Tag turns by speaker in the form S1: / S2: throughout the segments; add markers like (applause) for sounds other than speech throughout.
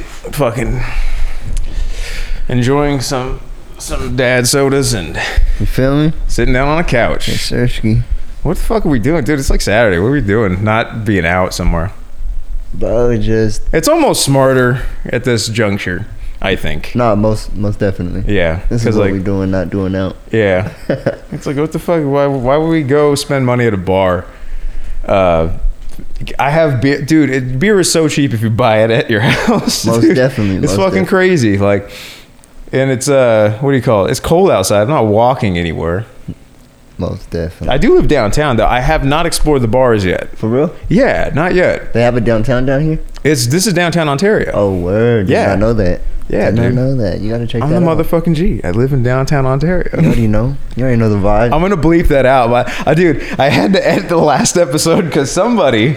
S1: fucking enjoying some some dad sodas and
S2: You feel me?
S1: sitting down on a couch.
S2: Yes, Sirski.
S1: What the fuck are we doing, dude? It's like Saturday. What are we doing? Not being out somewhere.
S2: Bro, just
S1: It's almost smarter at this juncture, I think.
S2: no, most most definitely.
S1: Yeah,
S2: This is
S1: because
S2: what
S1: like,
S2: we doing, not doing out. (laughs)
S1: yeah, it's like what the fuck? Why, why would we go spend money at a bar? Uh, I have beer, dude. It, beer is so cheap if you buy it at your (laughs) house.
S2: Most
S1: dude.
S2: definitely,
S1: it's
S2: most
S1: fucking
S2: definitely.
S1: crazy. Like, and it's uh, what do you call it? It's cold outside. I'm not walking anywhere.
S2: Most definitely.
S1: I do live downtown though. I have not explored the bars yet.
S2: For real?
S1: Yeah, not yet.
S2: They have a downtown down here?
S1: It's this is downtown Ontario.
S2: Oh word. Did
S1: Yeah.
S2: not know that.
S1: Yeah,
S2: Did not
S1: dude.
S2: know that. You gotta check
S1: I'm
S2: that
S1: the
S2: out.
S1: motherfucking G. I live in downtown
S2: (laughs) You
S1: Ontario.
S2: already know. You already know the vibe.
S1: I'm gonna bleep that out, but I, dude, I had to edit the last episode because somebody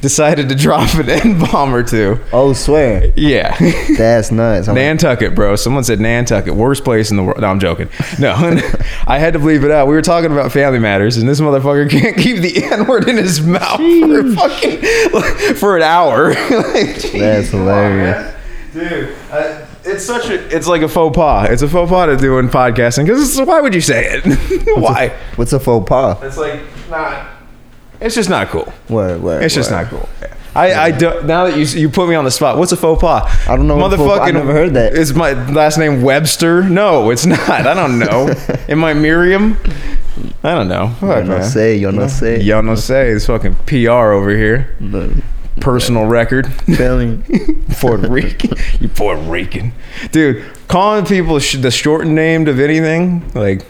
S1: decided to drop an (laughs) N bomb or two.
S2: oh swear.
S1: Yeah, (laughs)
S2: That's nuts. I'm like,
S1: Nantucket, bro. Someone said Nantucket, worst place in the world. No, I'm joking. No, (laughs) I had to bleep it out. We were talking about family matters, and this motherfucker (laughs) can't keep the N word in his mouth for fucking (laughs) for an hour. Like, geez,
S2: That's
S1: come on,
S2: hilarious.
S1: man. dude. I, it's such a. It's like a faux pas. It's a faux pas to doing podcasting because why would you say it? (laughs) why?
S2: What's a faux pas?
S1: It's like not. It's just not cool.
S2: Word, word.
S1: It's just
S2: word.
S1: not cool. I, I do, now that you you put me on the spot. What's a faux pas?
S2: I don't know what a faux pas- I've never heard that.
S1: Is my last name Webster? No, it's not. I don't
S2: (laughs)
S1: know. Am I Miriam? I don't know. Fuck,
S2: Y'all no
S1: man.
S2: say, y'all no say.
S1: Y'all know say it's fucking PR over here.
S2: Look,
S1: Personal
S2: (laughs)
S1: record.
S2: Feel me?
S1: (laughs) Puerto Rican. you Puerto Rican, dude. Calling people sh- the shortened name of anything like.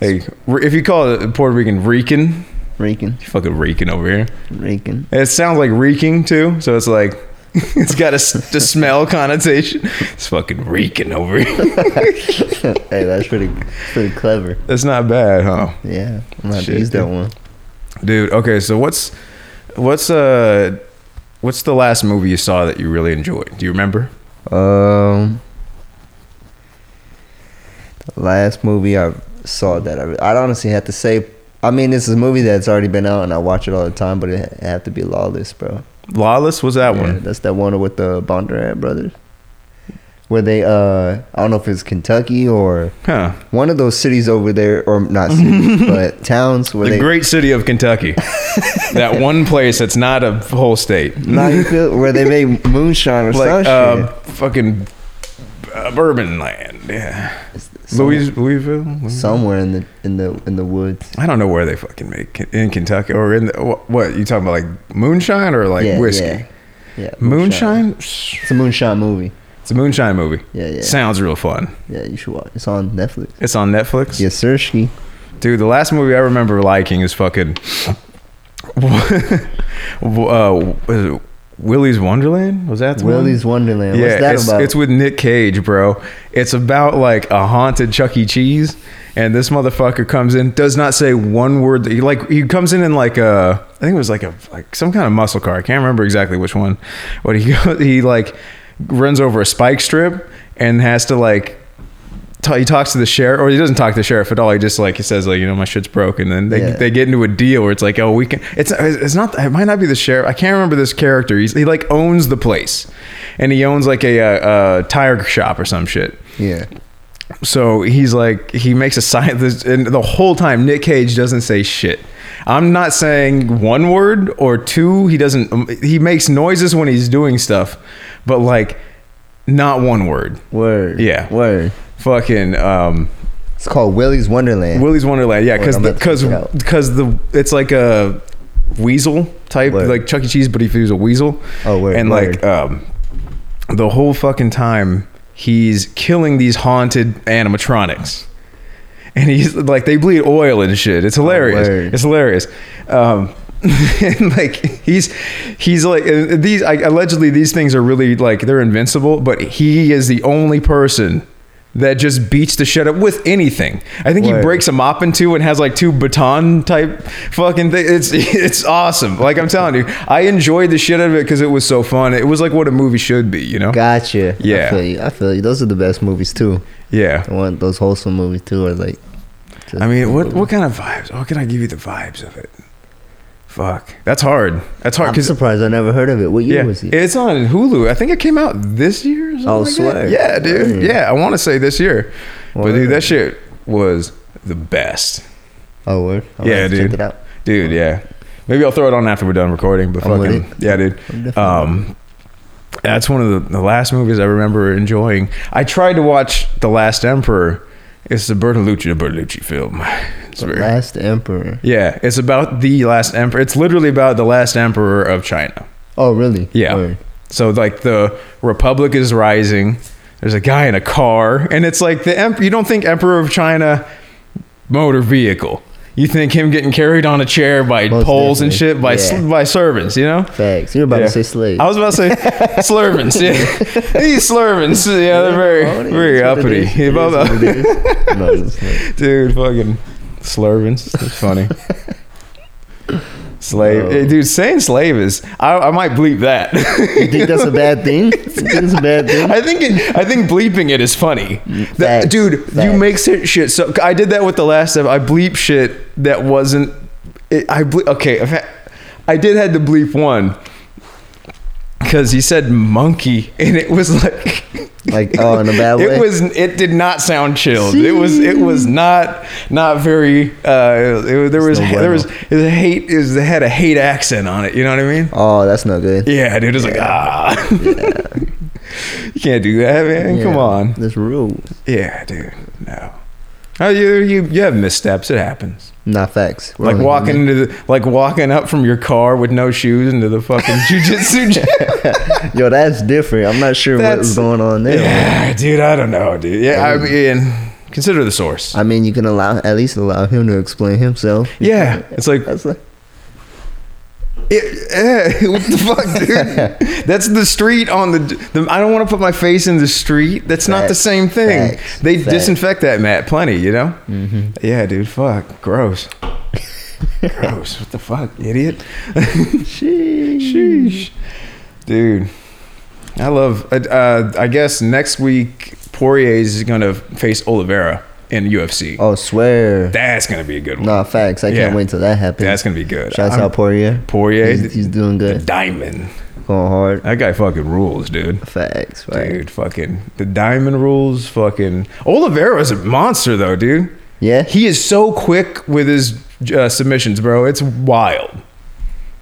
S1: Like, if you call it Puerto Rican, Rican,
S2: Reeking.
S1: you fucking reeking over here. (laughs)
S2: Reeking. (laughs)
S1: It sounds like reeking too, so it's like (laughs) it's got a, s- the smell connotation. It's fucking reeking over here. (laughs)
S2: hey, that's pretty pretty clever.
S1: That's not bad, huh,
S2: Yeah. I'm gonna have to
S1: Shit,
S2: use that
S1: dude.
S2: one.
S1: dude? Okay, so what's what's uh what's the last movie you saw that you really enjoyed? Do you remember?
S2: Um, the last movie I saw that I, I'd honestly have to say, I mean, this is a movie that's already been out and I watch it all the time, but it ha- have to be Lawless, bro.
S1: Lawless was that
S2: Yeah,
S1: one?
S2: That's that one with the Bondurant brothers, where they, uh, I don't know if it's Kentucky or
S1: Huh?
S2: one of those cities over there,
S1: (laughs)
S2: or not cities, but towns where
S1: the
S2: they. (laughs)
S1: great city of Kentucky. that one place that's not a whole state.
S2: Nah, you feel- where they make moonshine or
S1: Like
S2: some
S1: uh,
S2: shit.
S1: fucking uh, bourbon land. Yeah.
S2: Some-
S1: uh, Louis, Louisville.
S2: somewhere in the in the in the woods.
S1: I don't know where they fucking make it. in Kentucky or in the, wh- what you talking about like moonshine or like
S2: Yeah,
S1: whiskey?
S2: yeah. Yeah,
S1: Moonshine?
S2: It's a moonshine movie.
S1: It's a moonshine movie.
S2: Yeah, yeah.
S1: Sounds real fun.
S2: Yeah, you should watch. It's on Netflix.
S1: It's on Netflix.
S2: Yes, sir. She.
S1: Dude, the last movie I remember liking is fucking (laughs) uh, was it Willy's Wonderland. Was that the one?
S2: Willy's Wonderland.
S1: Yeah,
S2: What's that
S1: it's,
S2: about?
S1: it's with Nick Cage, bro. It's about like a haunted Chuck E. Cheese, and this motherfucker comes in, does not say one word. That he like he comes in in like a, I think it was like a like some kind of muscle car. I can't remember exactly which one, but he (laughs) go- he like runs over a spike strip and has to like. ta- He talks to the sheriff, or he doesn't talk to the sheriff at all. He just like he says, like you know, my shit's broken. And they,
S2: Yeah.
S1: they get into a deal where it's like, oh, we can. It's it's not. It might not be the sheriff. I can't remember this character. He's, he like owns the place, and he owns like a, uh uh tire shop or some shit.
S2: yeah.
S1: So he's like he makes a sign, this- and the whole time Nick Cage doesn't say shit. I'm not saying one word or two. He doesn't. um, He makes noises when he's doing stuff, but like not one word.
S2: Word.
S1: Yeah.
S2: Word.
S1: Fucking um,
S2: It's called Willy's Wonderland.
S1: Willy's Wonderland, yeah, because
S2: I'm about to
S1: because
S2: check it out.
S1: because the it's like a weasel type,
S2: Word.
S1: like Chuck E. Cheese, but if he was a weasel.
S2: Oh, word,
S1: And like
S2: word.
S1: um, the whole fucking time he's killing these haunted animatronics, and he's like they bleed oil and shit. It's hilarious.
S2: Oh, word.
S1: it's hilarious. Um, (laughs) and like he's he's like uh, these like, allegedly these things are really like they're invincible, but he is the only person. That just beats the shit up with anything. I think he
S2: Word.
S1: breaks a mop in two and has like two baton type fucking thing. It's (laughs) it's awesome. Like I'm telling you, I enjoyed the shit out of it because it was so fun. It was like what a movie should be, you know?
S2: Gotcha.
S1: Yeah.
S2: I feel you. I feel you. Those are the best movies too.
S1: Yeah.
S2: I want those wholesome movies too. Are like. just-
S1: Oh, I mean, what what kind of vibes? How can I give you the vibes of it? Fuck, that's hard. That's hard
S2: I'm
S1: because
S2: surprised I never heard of it. What year
S1: yeah,
S2: was it?
S1: it's on Hulu. I think it came out this year. Or something
S2: Oh,
S1: like that.
S2: swear.
S1: Yeah, dude.
S2: Mm.
S1: Yeah, I want to say this year, but dude,
S2: Word.
S1: that shit was the best,
S2: oh, word. I'll
S1: Yeah,
S2: have to
S1: dude.
S2: Check it out.
S1: dude. Yeah, maybe I'll throw it on after we're done recording. But
S2: I'm with
S1: fucking yeah, dude.
S2: I'm definitely-
S1: Um, that's one of the, the last movies I remember enjoying. I tried to watch The Last Emperor. It's the Bertolucci, the Bertolucci film. It's
S2: The
S1: very-
S2: Last Emperor.
S1: yeah, it's about the last emperor. It's literally about the last emperor of China.
S2: Oh, really?
S1: Yeah.
S2: Word.
S1: So like the republic is rising. There's a guy in a car, and it's like the emperor. You don't think emperor of China motor vehicle. You think him getting carried on a chair by
S2: Most
S1: poles and
S2: definitely.
S1: shit by s
S2: Yeah.
S1: by servants. You know.
S2: Facts. You're about
S1: Yeah.
S2: to say slave.
S1: I was about to say
S2: (laughs)
S1: slurvins. Yeah. These slurvins. Yeah, they're very,
S2: Oh, it is
S1: very
S2: what it
S1: uppity. (laughs)
S2: is. It is
S1: About
S2: what
S1: the-
S2: it is.
S1: (laughs)
S2: No, it's not.
S1: dude, fucking slurvins. It's
S2: (laughs)
S1: funny. slave,
S2: No.
S1: Eh, dude. Saying slave is. I, I might bleep that. (laughs)
S2: You think that's a bad thing? You think it's a bad thing?
S1: I think it, I think bleeping it is funny, That-
S2: facts,
S1: dude. You
S2: facts.
S1: make si- shit. So I did that with the last step. I bleep shit that wasn't. It, I ble- okay. I've had- I did had to bleep one because he said monkey, (laughs) and it was like.
S2: Like, oh, in a bad way?
S1: (laughs) It was. It did not sound chilled. It was. It was not. Not very. Uh, it, there was.
S2: no bueno.
S1: there was. It was a hate. It, was, it had a hate accent on it. You know what I mean?
S2: Oh, that's not good.
S1: Yeah, dude. It was like ah. (laughs) you can't do that, man. Come
S2: Yeah.
S1: on.
S2: That's rude.
S1: Yeah, dude. No. Oh, you you you have missteps. It happens.
S2: Not facts. We're
S1: like
S2: only
S1: walking
S2: human.
S1: into the like walking up from your car with no shoes into the (laughs) fucking jujitsu gym.
S2: Yo, that's different. I'm not sure what
S1: That's-
S2: was going on
S1: (laughs)
S2: there.
S1: yeah, dude. I don't know, dude. Yeah, I mean, consider the source.
S2: I mean, you can allow at least allow him to explain himself.
S1: Yeah, it's like
S2: That's like,
S1: It, eh, (laughs) what the fuck,
S2: (laughs)
S1: dude? That's the street on the, the. I don't want to put my face in the street. That's not the
S2: Facts.
S1: same thing.
S2: Facts.
S1: They
S2: Facts. Mm-hmm.
S1: disinfect that mat plenty, you know. Yeah, dude. Fuck. Gross.
S2: (laughs)
S1: Gross. What the fuck, idiot?
S2: sheesh.
S1: Sheesh, dude. I love. Uh, I guess next week Poirier is gonna face Oliveira in UFC.
S2: Oh, swear.
S1: That's gonna be a good one.
S2: Nah, facts. I
S1: Yeah.
S2: can't wait till that happens.
S1: That's gonna be good.
S2: Shouts
S1: I'm-
S2: out Poirier.
S1: Poirier.
S2: He's, he's doing
S1: the
S2: good.
S1: diamond.
S2: Going hard.
S1: That guy fucking rules, dude.
S2: Facts. Right.
S1: Dude, fucking the diamond rules. Fucking Oliveira is a monster, though, dude.
S2: Yeah.
S1: He is so quick with his uh, submissions, bro. It's wild.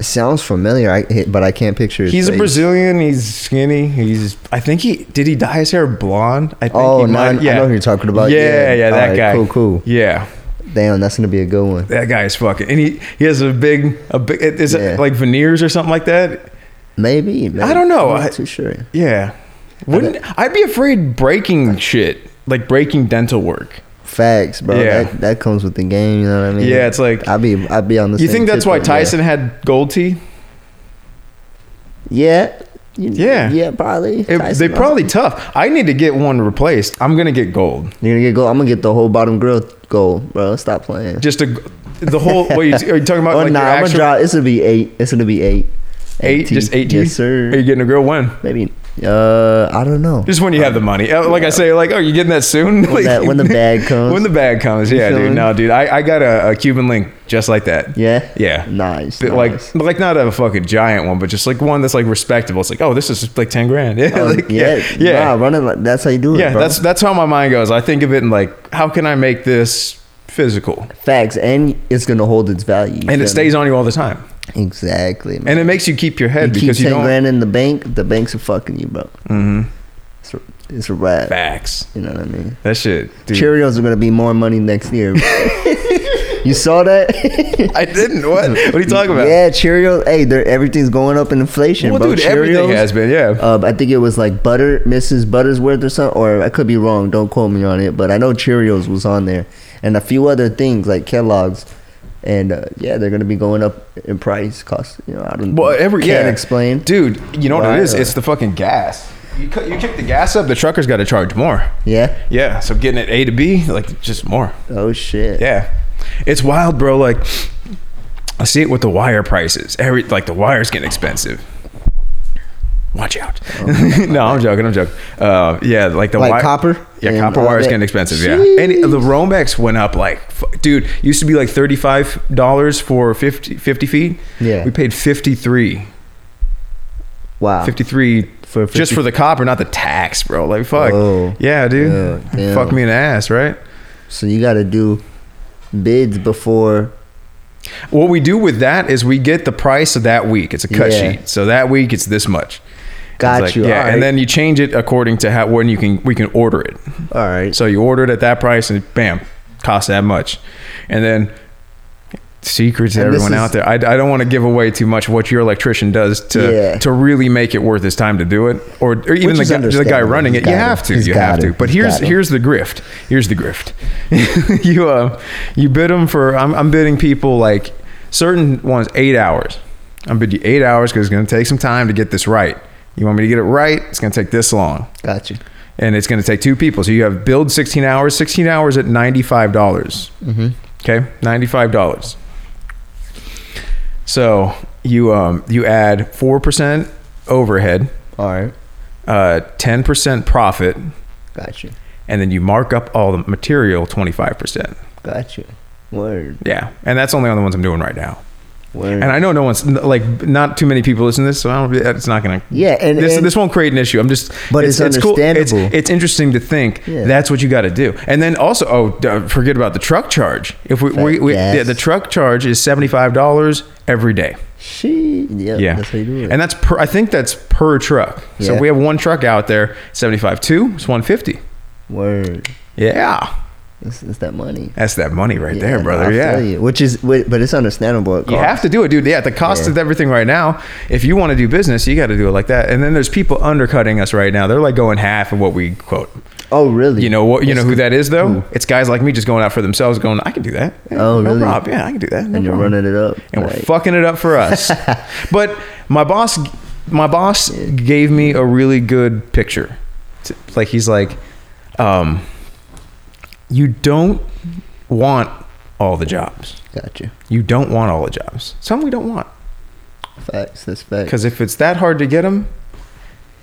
S2: Sounds familiar, I, but I can't picture. His
S1: He's a
S2: face.
S1: Brazilian. He's skinny. He's. I think he did. He dye his hair blonde. I think
S2: Oh,
S1: he
S2: now I- I know who you're talking about.
S1: Yeah, yeah,
S2: Yeah.
S1: that
S2: Alright,
S1: guy.
S2: cool, cool.
S1: Yeah,
S2: Damn, that's gonna be a good one.
S1: that guy is fucking. And he he has a big a big. Is
S2: Yeah.
S1: it like veneers or something like that?
S2: Maybe. maybe.
S1: I don't know.
S2: I'm
S1: I-
S2: not too sure.
S1: Yeah. Wouldn't I'd be afraid breaking shit like breaking dental work.
S2: Facts, bro.
S1: Yeah.
S2: That, that comes with the game. You know what I mean?
S1: Yeah, it's like-
S2: I'd be I'd be on the.
S1: You
S2: same
S1: think that's
S2: tip,
S1: why
S2: but
S1: Tyson had gold teeth?
S2: Yeah. Yeah. You-
S1: Yeah.
S2: Yeah. Probably.
S1: It,
S2: Tyson
S1: they
S2: also-
S1: probably tough. I need to get one replaced. I'm gonna get gold.
S2: You're gonna get gold. I'm gonna get the whole bottom grill gold, bro. Stop playing.
S1: Just a, the whole. What are you, are you talking about?
S2: Oh
S1: like
S2: nah,
S1: your
S2: I'm gonna
S1: actual
S2: drop. It's gonna be eight. It's gonna be eight.
S1: eight, just eight teeth.
S2: Yes, sir.
S1: Are you getting a grill? When?
S2: Maybe. Uh, I don't know.
S1: Just when you have the money. Uh, Like I say, like, oh, you getting that soon? Like-
S2: that- when the bag
S1: (laughs)
S2: comes.
S1: when the bag comes,
S2: You
S1: yeah,
S2: feel
S1: dude.
S2: me?
S1: No, dude, I, I got a, a Cuban link just like that.
S2: yeah.
S1: Yeah.
S2: Nice.
S1: But Like,
S2: nice.
S1: but like not a fucking giant one, but just like one that's like respectable. It's like, oh, this is like ten grand. (laughs) Yeah,
S2: Oh,
S1: (laughs) like,
S2: yeah.
S1: yeah, yeah.
S2: Nah, running like that's how you do it.
S1: Yeah,
S2: bro.
S1: that's that's how my mind goes. I think of it in like, how can I make this physical?
S2: facts, and it's gonna hold its value. you
S1: And
S2: feel
S1: it stays on you all the time.
S2: me? exactly. Man.
S1: And it makes you keep your head
S2: you keep
S1: because you
S2: ten
S1: don't
S2: grand in the bank, the banks are fucking you, bro.
S1: hmm
S2: It's a, it's a wrap.
S1: facts.
S2: You know what I mean?
S1: That shit, dude.
S2: Cheerios are gonna be more money next year. you saw that?
S1: (laughs) I didn't.
S2: (laughs)
S1: What? What are you talking about?
S2: Yeah, Cheerios. Hey, they're, everything's going up in inflation,
S1: well,
S2: bro.
S1: dude,
S2: Cheerios.
S1: everything has been. Yeah.
S2: Uh, I think it was like Butter, Mrs. Buttersworth or something, or I could be wrong. Don't quote me on it, but I know Cheerios was on there, and a few other things like Kellogg's, and uh, yeah, they're gonna be going up in price, cost. You know, I don't.
S1: Well, every
S2: can't
S1: yeah.
S2: explain.
S1: dude. You know what
S2: Why,
S1: it is?
S2: uh,
S1: It's the fucking gas. You cut, you kick the gas up, the trucker's got to charge more.
S2: Yeah.
S1: Yeah. So getting it A to B, like just more.
S2: Oh shit.
S1: Yeah. It's wild, bro. Like I see it with the wire prices. Every like the wire's getting expensive. Watch out! (laughs) no, I'm joking. I'm joking. Uh, yeah, like the wi-
S2: Like copper
S1: Yeah,
S2: and
S1: copper
S2: all
S1: wire is
S2: that.
S1: getting expensive. Yeah, and it- the Romex went up like, f- dude, used to be like thirty five dollars for 50, 50 feet.
S2: Yeah.
S1: we paid 53
S2: Wow.
S1: 53
S2: For
S1: Ah. just
S2: 50
S1: for the copper, not the tax, bro. Like fuck.
S2: Oh.
S1: yeah, dude.
S2: Yeah, damn.
S1: fuck me in the ass, right?
S2: So you got to do bids before.
S1: What we do with that is we get the price of that week. It's a cut
S2: Yeah.
S1: sheet. So that week it's this much. It's
S2: Got you.
S1: Yeah,
S2: Alright.
S1: and then you change it according to how when you can we can order it.
S2: All right.
S1: So you order it at that price, and bam, cost that much. And then secrets to
S2: And this
S1: everyone
S2: is-
S1: out there. I, I don't want to give away too much what your electrician does to
S2: Yeah.
S1: to really make it worth his time to do it, or, or even
S2: Which
S1: the
S2: is
S1: guy, the guy
S2: understandable.
S1: running
S2: He's
S1: it. You
S2: got
S1: have
S2: it.
S1: to.
S2: He's
S1: you
S2: got
S1: have
S2: it.
S1: to. But
S2: He's
S1: here's
S2: got it.
S1: here's the grift. Here's the grift. (laughs) you um you bid them for. I'm I'm bidding people like certain ones eight hours. I'm bidding you eight hours because it's going to take some time to get this right. You want me to get it right? It's going to take this long
S2: Got you.
S1: and it's going to take two people. So you have build 16 hours, 16 hours at $95. dollars Okay, $95. So you um, you add 4% overhead,
S2: All right.
S1: uh, 10% profit,
S2: Got you.
S1: and then you mark up all the material 25%.
S2: Got you. Word.
S1: Yeah, and that's only on the ones I'm doing right now.
S2: Word.
S1: And I know no one's like not too many people listen to this, so I don't. It's not gonna.
S2: Yeah, and-
S1: this
S2: and-
S1: this won't create an issue. I'm just.
S2: But it's
S1: Cool. It's,
S2: understandable.
S1: it's interesting to think
S2: Yeah.
S1: that's what you got to do. And then also, oh, d- forget about the truck charge. If we, we, we
S2: Yes.
S1: yeah, the truck charge is seventy five dollars every day.
S2: she. Yeah.
S1: Yeah,
S2: That's how you do it.
S1: and that's per. I think that's per truck. So
S2: Yeah.
S1: we have one truck out there, seventy five two. It's one fifty.
S2: Word.
S1: Yeah,
S2: It's, it's that money.
S1: that's that money right
S2: Yeah,
S1: there,
S2: no,
S1: brother.
S2: I
S1: yeah,
S2: feel you. Which is, wait, but it's understandable. At
S1: You have to do it, dude. Yeah, at the cost
S2: Yeah.
S1: of everything right now. If you want to do business, you got to do it like that. And then there's people undercutting us right now. They're like going half of what we quote.
S2: Oh, really?
S1: You know what? You know who that is, though.
S2: Who?
S1: It's guys like me just going out for themselves, going, "I can do that. Yeah,
S2: Oh,
S1: no
S2: really?
S1: prob- Yeah, I can do that. No
S2: And you're
S1: problem."
S2: running it up.
S1: and we're
S2: Right.
S1: fucking it up for
S2: (laughs)
S1: us. but my boss, my boss gave me a really good picture. It's Like he's like, um, you don't want all the jobs.
S2: Got you.
S1: You don't want all the jobs. Some we don't want.
S2: Facts. That's facts.
S1: Because if it's that hard to get them,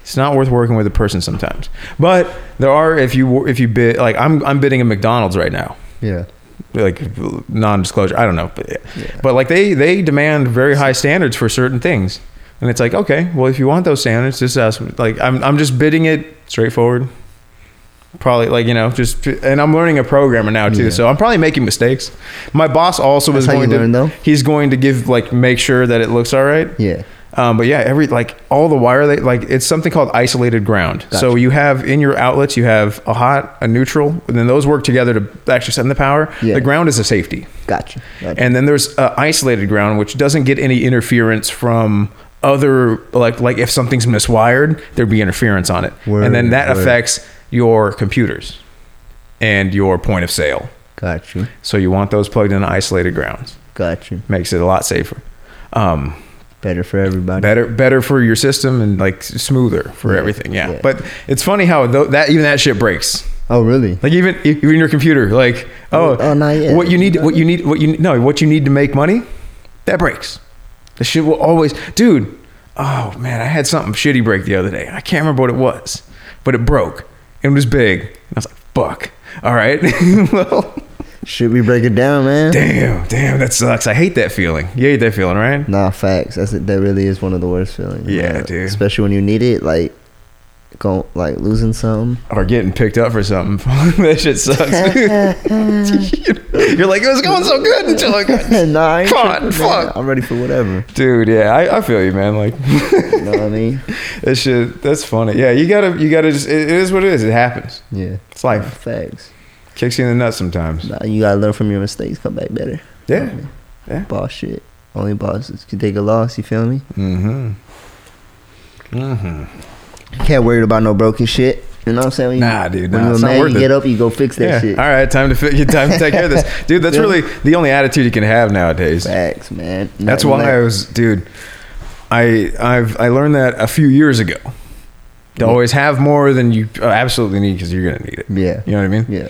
S1: it's not worth working with a person sometimes. But there are if you if you bid like I'm I'm bidding at McDonald's right now,
S2: Yeah.
S1: like non-disclosure. I don't know, but but like they they demand very high standards for certain things, and it's like okay, well if you want those standards, just ask. Like I'm I'm just bidding it straightforward. Probably like you know just and I'm learning a programmer now too,
S2: Yeah.
S1: so I'm probably making mistakes. My boss also
S2: That's
S1: is
S2: how you
S1: going to
S2: learn, though?
S1: he's going to give like make sure that it looks all right.
S2: Yeah.
S1: Um, but yeah, every like all the wire, they, like it's something called isolated ground. So
S2: Gotcha.
S1: you have in your outlets, you have a hot, a neutral, and then those work together to actually send the power.
S2: Yeah.
S1: The ground is a safety,
S2: Got you. Got you.
S1: and then there's uh, isolated ground, which doesn't get any interference from other like like if something's miswired, there'd be interference on it,
S2: Word,
S1: and then that
S2: word.
S1: affects your computers and your point of sale.
S2: Got you.
S1: So you want those plugged into isolated grounds.
S2: Got you.
S1: Makes it a lot safer. Um,
S2: Better for everybody.
S1: better better for your system and like smoother for
S2: Yeah,
S1: everything yeah.
S2: yeah.
S1: but it's funny how tho- that even that shit breaks
S2: Oh, really?
S1: like even e, even your computer like oh,
S2: Oh, not yet.
S1: what you need what you need what you no what you need to make money that breaks the shit will always dude oh man i had something shitty break the other day i can't remember what it was but it broke it was big and i was like fuck all right (laughs) well
S2: Should we break it down, man?
S1: damn damn that sucks i hate that feeling you hate that feeling right
S2: Nah, facts. That's that really is one of the worst feelings.
S1: Yeah,
S2: man.
S1: dude.
S2: Especially when you need it, like, go like losing something.
S1: or getting picked up for something. (laughs) that shit sucks. You're like, it was going so good until I got.
S2: (laughs) (laughs) nah, I ain't
S1: Come on,
S2: tripping, man.
S1: fuck.
S2: I'm ready for whatever.
S1: Dude, yeah, I, I feel you, man. Like, (laughs)
S2: You know what I mean?
S1: that shit, that's funny. Yeah, you gotta, you gotta just, it, it is what it is. It happens.
S2: Yeah.
S1: It's life.
S2: Facts.
S1: Kicks you in the nuts sometimes.
S2: Nah, you gotta learn from your mistakes. Come back better.
S1: Yeah. Yeah.
S2: Boss shit. Only bosses can take a loss. You feel me?
S1: Mm
S2: Can't worry about no broken shit. You know what I'm saying? When you-
S1: Nah, dude,
S2: When
S1: nah,
S2: you a
S1: it's not
S2: man,
S1: worth
S2: you
S1: it.
S2: get up, you go fix that
S1: Yeah.
S2: shit.
S1: All right, time to fit your (laughs) time to take care of this. Dude, that's
S2: Yeah.
S1: really the only attitude you can have nowadays.
S2: Facts, man.
S1: That's
S2: Nothing
S1: why I
S2: like-
S1: was, dude. I I've I learned that a few years ago. To always have more than you absolutely uh, need because you're gonna need it.
S2: Yeah.
S1: You know what I mean?
S2: Yeah.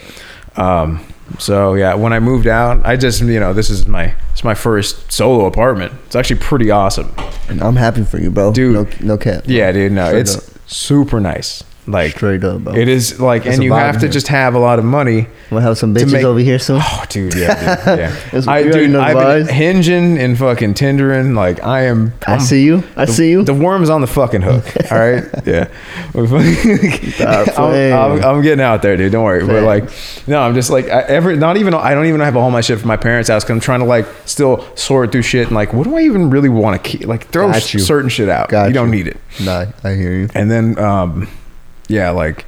S1: Um, So yeah, when I moved out, I just you know this is my it's my first solo apartment. It's actually pretty awesome.
S2: And I'm happy for you, bro.
S1: Dude.
S2: no, no cap.
S1: Yeah, dude. No,
S2: Straight
S1: it's
S2: up.
S1: super nice. Like
S2: Straight up, bro.
S1: it is like,
S2: It's
S1: and
S2: a
S1: you
S2: vibe
S1: have to
S2: here.
S1: just have a lot of money.
S2: We'll have some
S1: to
S2: bitches
S1: make-
S2: over here soon.
S1: Oh, dude, yeah, dude,
S2: (laughs)
S1: yeah.
S2: That's-
S1: I,
S2: you already
S1: dude,
S2: know the
S1: I've
S2: vibes.
S1: been hinging and fucking tendering. Like I am.
S2: I
S1: I'm-
S2: see you. I
S1: the-
S2: see you.
S1: The worm's on the fucking
S2: (laughs)
S1: hook. All right. yeah. (laughs)
S2: Stop playing.
S1: I'm, I'm, I'm getting out there, dude. Don't worry. But
S2: Playing.
S1: like, no, I'm just like I, every. Not even. I don't even have all my shit from my parents' house. Cause I'm trying to like still sort through shit and like, what do I even really want to keep? Like, throw
S2: Got
S1: s-
S2: you.
S1: certain shit out.
S2: Got
S1: you don't
S2: you.
S1: need it.
S2: nah, I hear you.
S1: And then, um, yeah, like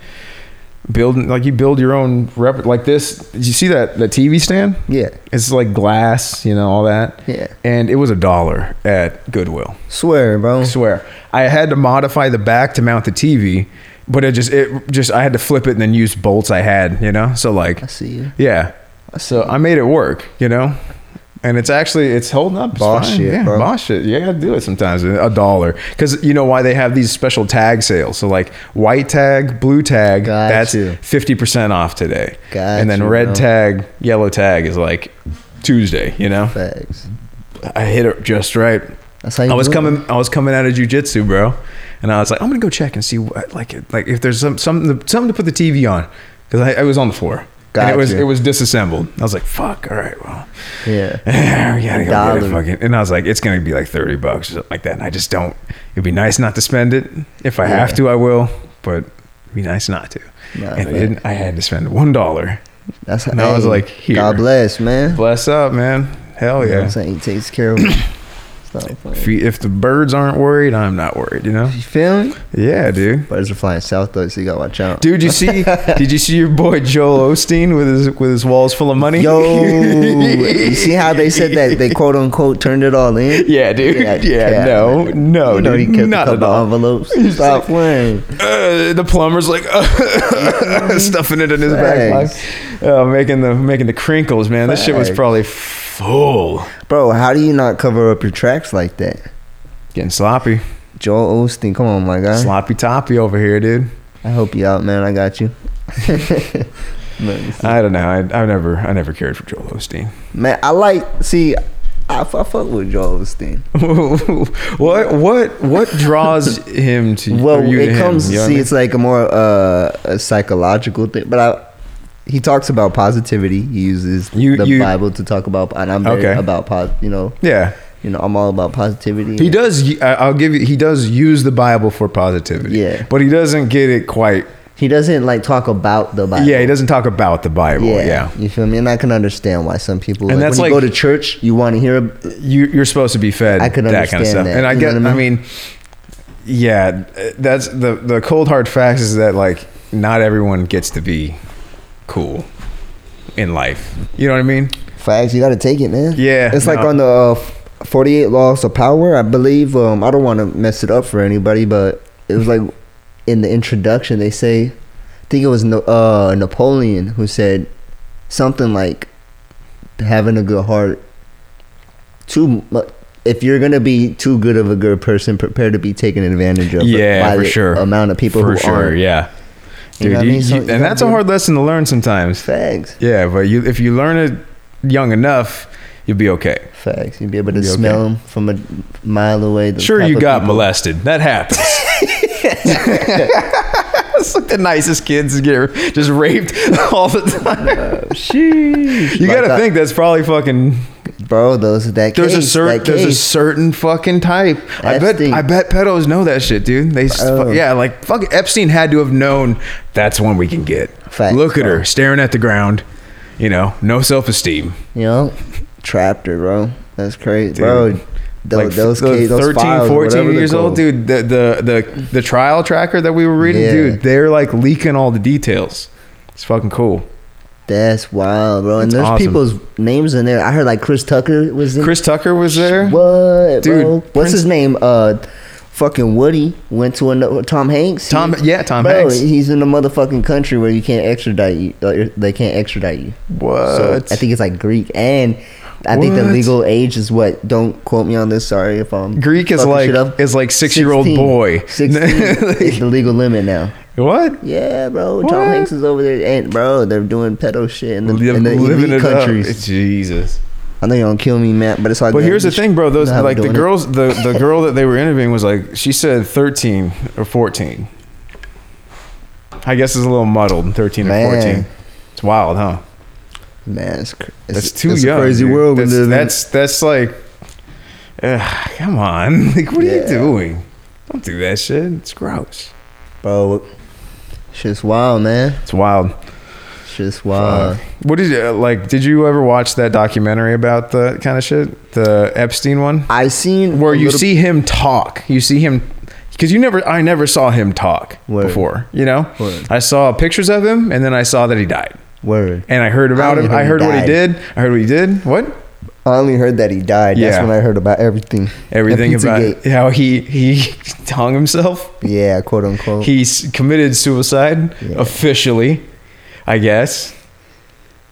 S1: building, like you build your own rep. Like this. Did you see that that TV stand?
S2: Yeah.
S1: It's like glass, you know, all that.
S2: Yeah.
S1: And it was a dollar at Goodwill.
S2: Swear, bro.
S1: I swear. I had to modify the back to mount the TV, but it just it just I had to flip it and then use bolts I had, you know? So like
S2: I see you.
S1: yeah. So I made it work, you know? And it's actually it's holding up. It's
S2: Boss
S1: fine.
S2: shit,
S1: yeah,
S2: bro.
S1: boss shit. You gotta do it sometimes. A dollar, because you know why they have these special tag sales. So like white tag, blue tag,
S2: Got
S1: that's
S2: you.
S1: fifty percent off today.
S2: Got
S1: and then
S2: you,
S1: red
S2: bro.
S1: tag, yellow tag is like Tuesday. You know,
S2: Facts.
S1: I hit it just right.
S2: That's how you
S1: I was
S2: do it.
S1: coming. I was coming out of jujitsu, bro, and I was like, I'm gonna go check and see what, like, like if there's some something to, something to put the TV on because I, I was on the floor. and
S2: Got
S1: it was
S2: you.
S1: it was disassembled. I was like, fuck. All right, well, (laughs)
S2: Yeah.
S1: we gotta go get
S2: Dollar.
S1: it fucking. And I was like, it's gonna be like thirty bucks or something like that. And I just don't. It'd be nice not to spend it. If I have
S2: Yeah.
S1: to, I will. But it'd be nice not to. and
S2: Nah,
S1: I
S2: fact.
S1: didn't. I had to spend one dollar.
S2: That's how
S1: And I was like, here.
S2: God bless, man.
S1: Bless up, man. Hell
S2: You know what I'm
S1: yeah.
S2: saying? He takes care
S1: (clears throat)
S2: of Stop
S1: If,
S2: playing.
S1: you, if the birds aren't worried, I'm not worried. You know?
S2: You feel me?
S1: Yeah, dude.
S2: Birds are flying south though, so you gotta watch out.
S1: Dude, you
S2: (laughs)
S1: see? did you see your boy Joel Osteen with his with his walls full of money? (laughs)
S2: Yo, you see how they said that they quote unquote turned it all in?
S1: yeah, dude. Yeah, no, no,
S2: you know
S1: dude,
S2: he kept
S1: not
S2: a
S1: at
S2: couple
S1: all.
S2: envelopes.
S1: (laughs) He's
S2: Stop
S1: like-
S2: playing.
S1: Uh, the plumber's like (laughs) stuffing it in his
S2: Thanks.
S1: backpack, uh, making the making the crinkles. Man, this shit was
S2: Thanks.
S1: probably full,
S2: Bro, how do you not cover up your tracks like that?
S1: getting sloppy,
S2: Joel Osteen, come on, my guy.
S1: sloppy toppy over here, dude.
S2: I help you out, man. I
S1: (laughs)
S2: got you. man,
S1: I don't know. I, I've never I never cared for Joel Osteen. (laughs)
S2: man, I like, see, I, fu- I fuck with Joel Osteen.
S1: what what what draws him to
S2: Well,
S1: or you to
S2: it
S1: him,
S2: comes
S1: you know what
S2: to
S1: I
S2: see,
S1: mean?
S2: it's like a more uh, a psychological thing. But I, he talks about positivity. He uses
S1: You-
S2: the
S1: you-
S2: Bible to talk about, and I'm very
S1: Okay.
S2: about pos. You know,
S1: yeah.
S2: you know, I'm all about positivity.
S1: He does. I- I'll give you. He does use the Bible for positivity.
S2: Yeah.
S1: but he doesn't get it quite.
S2: He doesn't like talk about the Bible.
S1: Yeah, he doesn't talk about the Bible. Yeah,
S2: You feel me? And I can understand why some people.
S1: And
S2: like,
S1: that's
S2: when you
S1: like-
S2: go to church, you want to hear. ab-
S1: You, you're supposed to be fed.
S2: I could
S1: that kind
S2: understand
S1: of stuff.
S2: that,
S1: And I
S2: you know
S1: get.
S2: what I
S1: I mean, yeah, that's the the cold hard facts is that like not everyone gets to be cool in life. You know what I mean?
S2: Facts. You got to take it, man.
S1: Yeah,
S2: It's like
S1: no.
S2: on the uh, f- 48 Laws of Power, I believe. Um, I don't want to mess it up for anybody, but it was like in the introduction, they say, I think it was no, uh, Napoleon who said something like having a good heart. Too mu- If you're going to be too good of a good person, prepare to be taken advantage of.
S1: Yeah,
S2: by
S1: for
S2: the
S1: sure.
S2: Amount of people
S1: For
S2: who
S1: sure.
S2: aren't.
S1: Yeah,
S2: You
S1: dude.
S2: know what I
S1: you-
S2: mean? So
S1: you-
S2: you
S1: and
S2: gotta
S1: that's a
S2: be-
S1: hard lesson to learn sometimes.
S2: Facts.
S1: Yeah, but you if you learn it young enough, you'll be okay.
S2: Facts. You'd be able to
S1: Be okay.
S2: smell 'em from a mile away. the
S1: Sure,
S2: type
S1: you
S2: of
S1: got
S2: people-
S1: molested. That happens. it's like the nicest kids get just raped (laughs) all the time.
S2: (laughs) Sheesh.
S1: You
S2: Like
S1: gotta
S2: I-
S1: think that's probably fucking.
S2: bro. Those that
S1: There's
S2: case,
S1: a certain
S2: that
S1: there's a
S2: case.
S1: certain fucking type. I bet
S2: Epstein.
S1: I bet pedos know that shit, dude. They s-
S2: Oh.
S1: fu- yeah, like fuck. Epstein had to have known that's one we can get.
S2: Facts,
S1: Look at
S2: bro.
S1: her staring at the ground. You know, no self esteem.
S2: you know, trapped her, bro. That's crazy, bro.
S1: Dude.
S2: Tho-
S1: like those
S2: those
S1: the
S2: kids, those
S1: 13
S2: files,
S1: 14
S2: whatever they're
S1: years old
S2: called.
S1: dude the, the the the trial tracker that we were reading
S2: Yeah.
S1: dude they're like leaking all the details it's fucking cool
S2: That's wild, bro. And
S1: That's
S2: there's
S1: awesome.
S2: people's names in there. I heard like Chris Tucker was in.
S1: chris tucker was there
S2: what,
S1: Dude,
S2: bro? What's
S1: Prince-
S2: his name? Uh, fucking Woody went to another. Tom Hanks.
S1: Tom- yeah, Tom
S2: bro,
S1: Hanks.
S2: He's in the motherfucking country where you can't extradite you. uh, They can't extradite you.
S1: what
S2: So I think it's like Greek, and I think the
S1: Uh, What?
S2: legal age is what. Don't quote me on this. Sorry if I'm
S1: greek is
S2: fucking
S1: like
S2: shit up.
S1: (laughs) is like six year old
S2: 16.
S1: boy
S2: 16 is the legal limit now.
S1: What?
S2: Yeah, bro. Tom
S1: What?
S2: Hanks is over there, and bro, they're doing pedo shit in the,
S1: Liv-
S2: in the elite
S1: it up.
S2: countries.
S1: Jesus.
S2: I know you don't kill me, Matt, but it's like.
S1: But
S2: man,
S1: here's
S2: you
S1: the thing,
S2: sh-
S1: bro. Those
S2: know how
S1: like
S2: we're
S1: the
S2: doing it.
S1: girls, the
S2: (laughs)
S1: the girl that they were interviewing was like she said 13 or 14. I guess it's a little muddled, 13 or
S2: Man.
S1: 14. It's wild, huh?
S2: Man, it's, cr- it's,
S1: That's too
S2: it's
S1: young.
S2: A crazy
S1: dude.
S2: world we
S1: That's
S2: live in.
S1: that's, that's like, ugh, come on. (laughs) Like, what are you
S2: Yeah.
S1: doing? Don't do that shit. It's gross.
S2: bro. Shit's wild, man.
S1: It's wild.
S2: Shit's wild.
S1: Fuck. what did you uh, like? Did you ever watch that documentary about the kind of shit, the Epstein one?
S2: I seen
S1: where
S2: a
S1: you
S2: little-
S1: see him talk. You see him because you never, I never saw him talk
S2: Word.
S1: before. You know,
S2: Word.
S1: I saw pictures of him, and then I saw that he died,
S2: word.
S1: and I heard about
S2: I
S1: him.
S2: only
S1: I heard
S2: heard Oh, he
S1: what he
S2: died.
S1: did. I heard what he did. What
S2: I only heard that he died.
S1: Yeah.
S2: That's when I heard about everything.
S1: everything
S2: The
S1: about
S2: Pizzagate.
S1: how he he (laughs) hung himself.
S2: Yeah, quote unquote.
S1: He s- Oh. committed suicide
S2: Yeah.
S1: officially, I guess.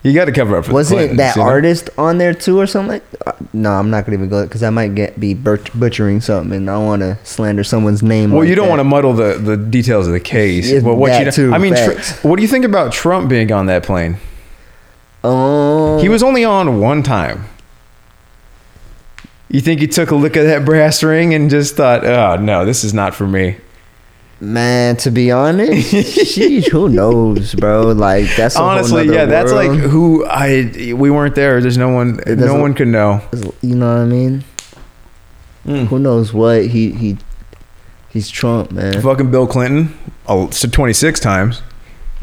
S1: You got to cover up for the
S2: Wasn't
S1: Clintons,
S2: that
S1: you know?
S2: artist on there too, or something? like uh, No, I'm not gonna even go because I might get be butch- butchering something, and I want to slander someone's name.
S1: Well, you don't want to muddle the, the details of the case.
S2: Yeah,
S1: but what you
S2: that too,
S1: I mean, tr-
S2: facts.
S1: what do you think about Trump being on that plane?
S2: to. Oh,
S1: He was only on one time. You think he took a look at that brass ring and just thought, "Oh no, this is not for me."
S2: man. To be
S1: (laughs)
S2: honest, sheesh, who knows, bro? Like that's a
S1: Honestly,
S2: Whole
S1: yeah, that's like
S2: like
S1: who I we weren't there. There's no one, no
S2: doesn't-
S1: one could know.
S2: you know what I mean. Who knows what he he he's Trump, man.
S1: Fucking Bill Clinton, oh, so 26 times.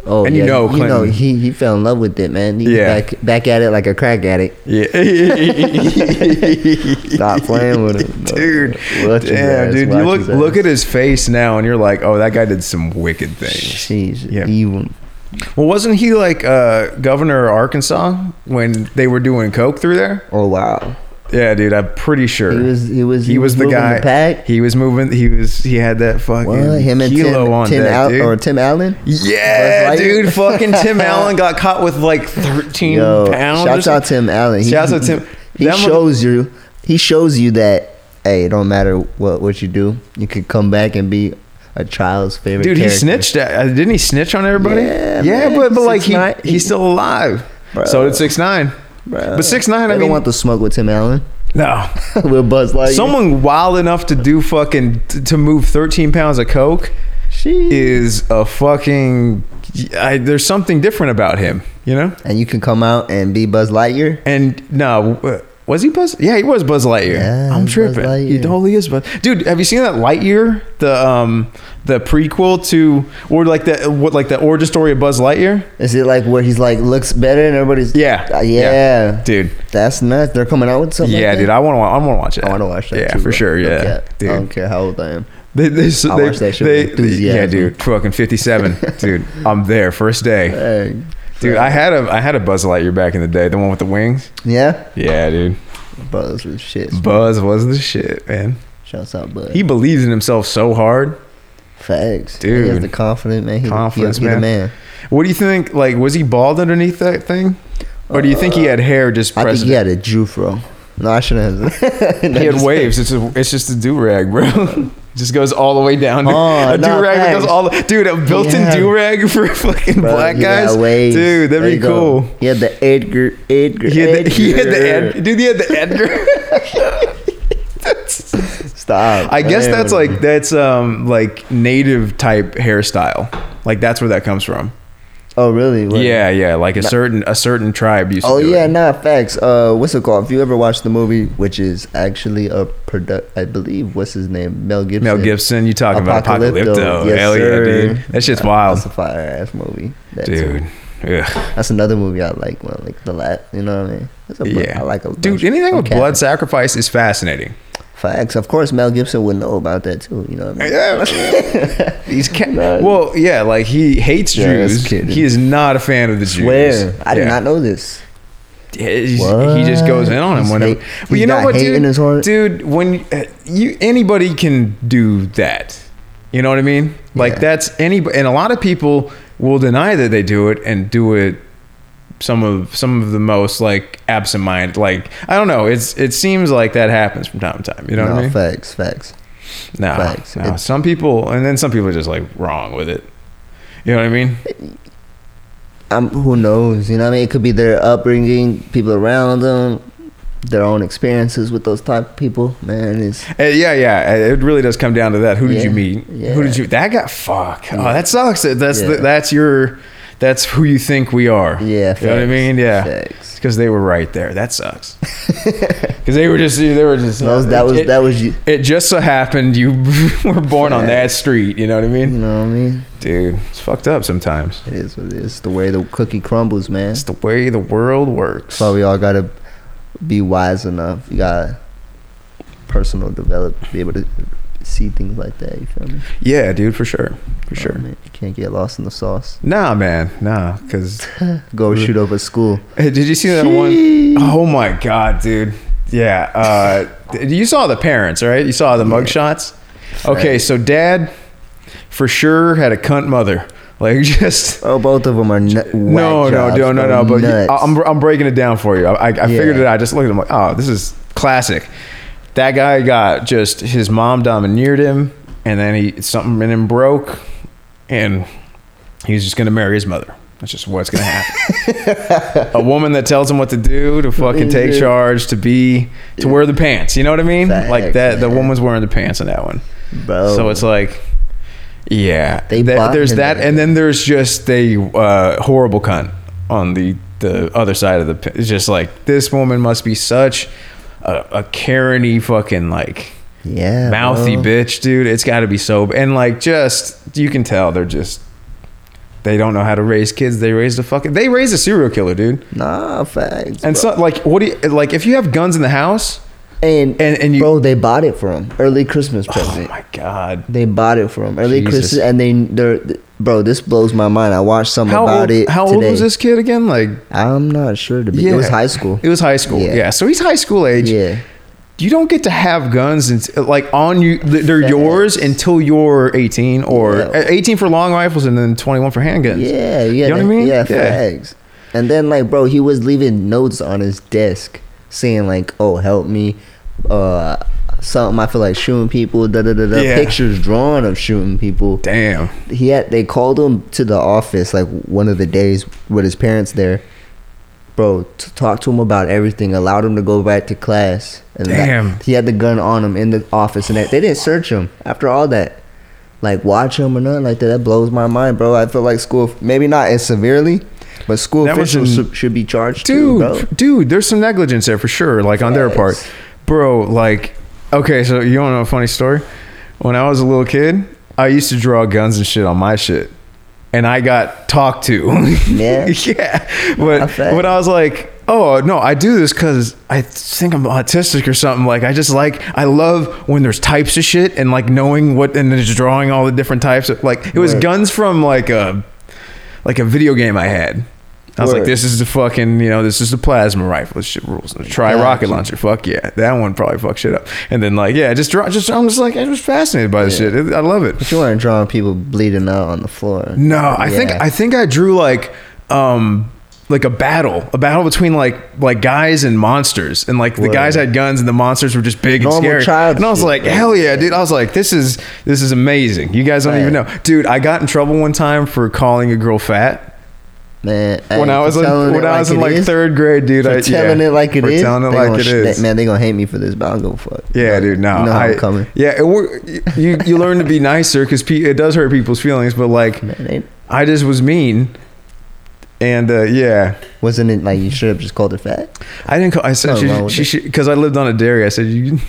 S2: Oh,
S1: And you
S2: yeah,
S1: know
S2: you know
S1: Clinton.
S2: he he fell in love with it, man. He
S1: Yeah.
S2: back back at it like a crack addict.
S1: Yeah,
S2: Stop playing with him,
S1: dude.
S2: Watch his
S1: Damn,
S2: ass,
S1: dude, you
S2: watch
S1: look
S2: his
S1: look
S2: ass.
S1: at his face now, and you're like, "Oh, that guy did some wicked things."
S2: She's
S1: Yeah.
S2: evil.
S1: Well, wasn't he like uh, governor of Arkansas when they were doing coke through there?
S2: Oh wow,
S1: Yeah, dude, I'm pretty sure
S2: he was he was
S1: He was the
S2: moving
S1: guy.
S2: The pack.
S1: He was moving. He was. He had that fucking
S2: What him and
S1: kilo
S2: Tim,
S1: on
S2: Tim
S1: that
S2: Al-
S1: dude.
S2: or Tim Allen?
S1: yeah,
S2: Buzz Lightyear?
S1: dude. Fucking
S2: (laughs)
S1: Tim Allen got caught with like 13
S2: Yo,
S1: pounds. or
S2: shouts out
S1: something.
S2: Tim Allen. He,
S1: Shouts out Tim.
S2: He
S1: That mother-
S2: shows you. He shows you that. Hey, it don't matter what what you do, you could come back and be a child's favorite.
S1: Dude, he
S2: character.
S1: snitched. At, uh, didn't he snitch on everybody?
S2: Yeah, man.
S1: but but like he,
S2: 6ix9ine.
S1: he's still alive.
S2: Bro.
S1: So did six nine.
S2: Bruh.
S1: But 6ix9ine, I
S2: They
S1: mean-
S2: don't want the smoke with Tim Allen. (laughs)
S1: No,
S2: with Buzz Lightyear.
S1: someone wild enough to do fucking t- to move thirteen pounds of coke
S2: She.
S1: is a fucking. I, there's something different about him, you know.
S2: And you can come out and be Buzz Lightyear.
S1: And no, w- was he Buzz? Yeah, he was Buzz Lightyear.
S2: Yeah,
S1: I'm
S2: he's Buzz
S1: tripping. He
S2: Lightyear.
S1: totally is Buzz. Dude, have you seen that Lightyear? The um the prequel to or like the what like the origin story of Buzz Lightyear?
S2: Is it like where he's like looks better and everybody's
S1: Yeah.
S2: Uh, yeah.
S1: Dude.
S2: That's nuts. They're coming out with something.
S1: yeah,
S2: like
S1: dude,
S2: That?
S1: I want to. I want to watch it.
S2: Oh, I want to watch that.
S1: Yeah,
S2: too,
S1: for
S2: bro.
S1: sure.
S2: Don't
S1: Yeah,
S2: care.
S1: dude.
S2: I don't care how old I am.
S1: They, they, so
S2: I'll
S1: they,
S2: watch that shit
S1: they-
S2: with
S1: they- yeah,
S2: enthusiasm.
S1: dude. Fucking
S2: (laughs)
S1: fifty-seven, dude. I'm there first day,
S2: Dang.
S1: dude. I had a I had a Buzz Lightyear back in the day, the one with the wings.
S2: Yeah.
S1: Yeah, dude.
S2: Buzz was shit.
S1: Buzz was the shit, man.
S2: Shouts out Buzz.
S1: He believes in himself so hard.
S2: Facts. He
S1: Dude.
S2: has the confident man. He,
S1: Confidence,
S2: confidence, he, he
S1: man.
S2: the man.
S1: What do you think? Like, was he bald underneath that thing, or do you think he had hair just
S2: Uh, I think
S1: pressed?
S2: he had a Jufro. No, I shouldn't have. (laughs)
S1: he had waves. It's just, it's just a do rag, bro. (laughs) just goes all the way down.
S2: Oh,
S1: a do
S2: no,
S1: rag that
S2: thanks.
S1: goes all. The, dude, a built-in
S2: Yeah.
S1: do rag (laughs) for fucking
S2: Bro,
S1: black
S2: he got
S1: guys,
S2: waves.
S1: dude. That'd
S2: There
S1: be
S2: you go.
S1: cool.
S2: He had the Edgar. Edgar.
S1: He had the, he had the
S2: Edgar.
S1: Ed, dude. He had the
S2: (laughs)
S1: Edgar.
S2: Stop.
S1: I guess
S2: man.
S1: that's like that's um like native type hairstyle. Like that's where that comes from.
S2: Oh really? What?
S1: Yeah, yeah. Like a certain a certain tribe used.
S2: Oh
S1: to do
S2: yeah,
S1: it.
S2: nah. Facts. Uh, what's it called? If you ever watched the movie, which is actually a product, I believe. What's his name? Mel Gibson.
S1: Mel Gibson, you talking about
S2: Apocalypto.
S1: Apocalypto?
S2: Yes,
S1: Hell
S2: sir.
S1: yeah, dude. That shit's wild,
S2: That's a fire ass movie. That too.
S1: dude. Ugh.
S2: That's another movie I like. Well, like the last, you know what I mean? That's a, bu-
S1: Yeah,
S2: I like a
S1: dude.
S2: bunch-
S1: Anything
S2: I'm
S1: with
S2: capping.
S1: blood sacrifice is fascinating.
S2: Facts. Of course, Mel Gibson would know about that too. You know what I mean?
S1: (laughs) Yeah, he's ca- well, yeah. Like he hates
S2: Yeah, that's
S1: Jews.
S2: kidding.
S1: He is not a fan of the Jews.
S2: Swear, I did
S1: Yeah.
S2: not know this.
S1: Yeah, he's- he just goes in on him
S2: He's
S1: whenever.
S2: hate-
S1: but
S2: he's
S1: you know
S2: got
S1: what,
S2: hate
S1: dude?
S2: in his heart.
S1: Dude, when uh, you anybody can do that, you know what I mean? Like
S2: Yeah.
S1: that's any, and a lot of people will deny that they do it and do it. Some of some of the most like absent mind. Like I don't know. It's it seems like that happens from time to time. You know
S2: no,
S1: what I mean?
S2: facts, facts.
S1: no,
S2: facts.
S1: no.
S2: It-
S1: some people, and then some people are just like wrong with it. You know what I mean?
S2: I'm, who knows? You know what I mean? It could be their upbringing, people around them, their own experiences with those type of people. Man, it's
S1: Uh, yeah, yeah. It really does come down to that. Who did
S2: Yeah.
S1: you meet?
S2: Yeah.
S1: Who did you? That got fuck. Oh,
S2: Yeah.
S1: that sucks. That- That's the,
S2: Yeah.
S1: that's your. That's who you think we are.
S2: yeah.
S1: You know what I
S2: facts,
S1: mean? Yeah.
S2: facts.
S1: Because they were right there. That
S2: (laughs)
S1: sucks. Because they were just. They were just.
S2: That was that was
S1: it,
S2: that was you.
S1: It just so happened you (laughs) were born on that street. You know what I
S2: You
S1: mean?
S2: know what I mean?
S1: Dude, it's fucked up sometimes.
S2: It is what it is. The way the cookie crumbles, man.
S1: It's the way the world works.
S2: So we all gotta be wise enough. You gotta personal develop, be able to see things like that. You feel me?
S1: Yeah, dude, for sure, for
S2: Oh,
S1: sure.
S2: man, you can't get lost in the sauce.
S1: Nah, man, nah. Because
S2: Go
S1: Mm.
S2: shoot up a school.
S1: (laughs) did you see that
S2: Sheesh.
S1: one? Oh my god, dude. Yeah, uh, th- you saw the parents, right? You saw the mugshots. Okay, so dad for sure had a cunt mother. Like (laughs) just
S2: Oh, both of them are nut.
S1: no, no, no, no, no. But you- I- I'm, I'm breaking it down for you. I, I, I figured
S2: Yeah.
S1: it out. I just looked at him like, oh, this is classic. That guy got just his mom domineered him, and then he something in him broke, and he's just gonna marry his mother. That's just what's gonna happen.
S2: (laughs)
S1: a woman that tells him what to do, to fucking take
S2: Yeah.
S1: charge, to be, to wear the pants. You know what I mean? like
S2: Facts,
S1: that. The
S2: man.
S1: woman's wearing the pants in that one.
S2: bro.
S1: So it's like, yeah,
S2: Oh. They
S1: That-
S2: bought
S1: there's
S2: him
S1: that,
S2: that.
S1: and then there's just a uh, horrible cunt on the the other side of the. p- It's just like this woman must be such a, a Kareny fucking like
S2: yeah,
S1: mouthy
S2: bro.
S1: bitch, dude. It's got to be so and like just you can tell they're just. They don't know how to raise kids. They raised a fucking. They raised a serial killer, dude.
S2: Nah, facts.
S1: And
S2: bro.
S1: so, like, what do you like? If you have guns in the house,
S2: and
S1: and- and you-
S2: bro, they bought it for him. Early Christmas
S1: oh
S2: present.
S1: my god,
S2: they bought it for him. Early
S1: Jesus.
S2: Christmas, and they they're bro. This blows my mind. I watched something
S1: how
S2: about
S1: old,
S2: it.
S1: how
S2: today.
S1: old was this kid again? Like
S2: I'm not sure to be. It was high school.
S1: It was high school. Yeah.
S2: Yeah.
S1: So he's high school age.
S2: Yeah,
S1: You don't get to have guns and like on you. th- They're yours until you're 18 or
S2: Yeah.
S1: 18 for long rifles and then 21 for handguns.
S2: yeah, yeah.
S1: You know what I
S2: that-
S1: mean?
S2: Yeah,
S1: Yeah.
S2: facts. And then like, bro, he was leaving notes on his desk saying like, "Oh, help me." Uh, something I feel like shooting people. Da da da da.
S1: Yeah.
S2: Pictures drawn of shooting people.
S1: Damn.
S2: he had they called him to the office like one of the days with his parents there bro to talk to him about everything allowed him to go back to class and that-
S1: Damn.
S2: he had the gun on him in the office and that they didn't search him after all that like watch him or nothing like that that blows my mind bro i feel like school maybe not as severely but school
S1: That was
S2: officials
S1: in-
S2: should- should be charged too
S1: Dude,
S2: bro
S1: dude, there's some negligence there for sure. Like on their part,
S2: Facts.
S1: bro. Like, okay, so you want to know a funny story? When I was a little kid, I used to draw guns and shit on my shit. And I got talked to. (laughs)
S2: Yeah?
S1: yeah. But
S2: fact.
S1: when I was like, oh, no, I do this because I think I'm autistic or something. Like, I just like, I love when there's types of shit and like knowing what, and then just drawing all the different types of, like, it was
S2: Word.
S1: guns from like a, like a video game I had. I was like,
S2: Word.
S1: this is the fucking, you know, this is the plasma rifle. This shit rules. Try
S2: Gotcha.
S1: rocket launcher. Fuck yeah. That one probably fucked shit up. And then like, yeah, just draw, just, I'm just like, I was fascinated by this
S2: Yeah.
S1: shit. It- I love it.
S2: but you weren't drawing people bleeding out on the floor
S1: No, I think,
S2: Yeah.
S1: I think I drew like, um, like a battle, a battle between like like guys and monsters, and like the
S2: Word.
S1: guys had guns and the monsters were just big and
S2: Normal
S1: scary.
S2: child
S1: and I was
S2: shit,
S1: like,
S2: bro.
S1: hell yeah, dude! I was like, this is this is amazing. You guys don't even
S2: Right.
S1: know, dude. I got in trouble one time for calling a girl fat
S2: man
S1: when
S2: hey,
S1: I
S2: for
S1: was in,
S2: telling it
S1: when I was in
S2: it
S1: like
S2: is-
S1: third grade, dude. I,
S2: for telling
S1: yeah,
S2: it like it
S1: for
S2: is.
S1: telling it
S2: they
S1: like
S2: gonna
S1: it
S2: sh-
S1: is.
S2: Man, they gonna hate me for this, but I don't give a fuck.
S1: yeah,
S2: Like,
S1: dude. No,
S2: you know how
S1: I,
S2: I'm coming.
S1: Yeah, it, wor- you you learn to be nicer because pe- it does hurt people's feelings, but like
S2: Man, ain't-
S1: I just was mean, and uh, yeah,
S2: wasn't it like you should have just called it fat?
S1: I didn't. Call, I said
S2: Nothing wrong with
S1: she
S2: it.
S1: she because I lived on a dairy. I said you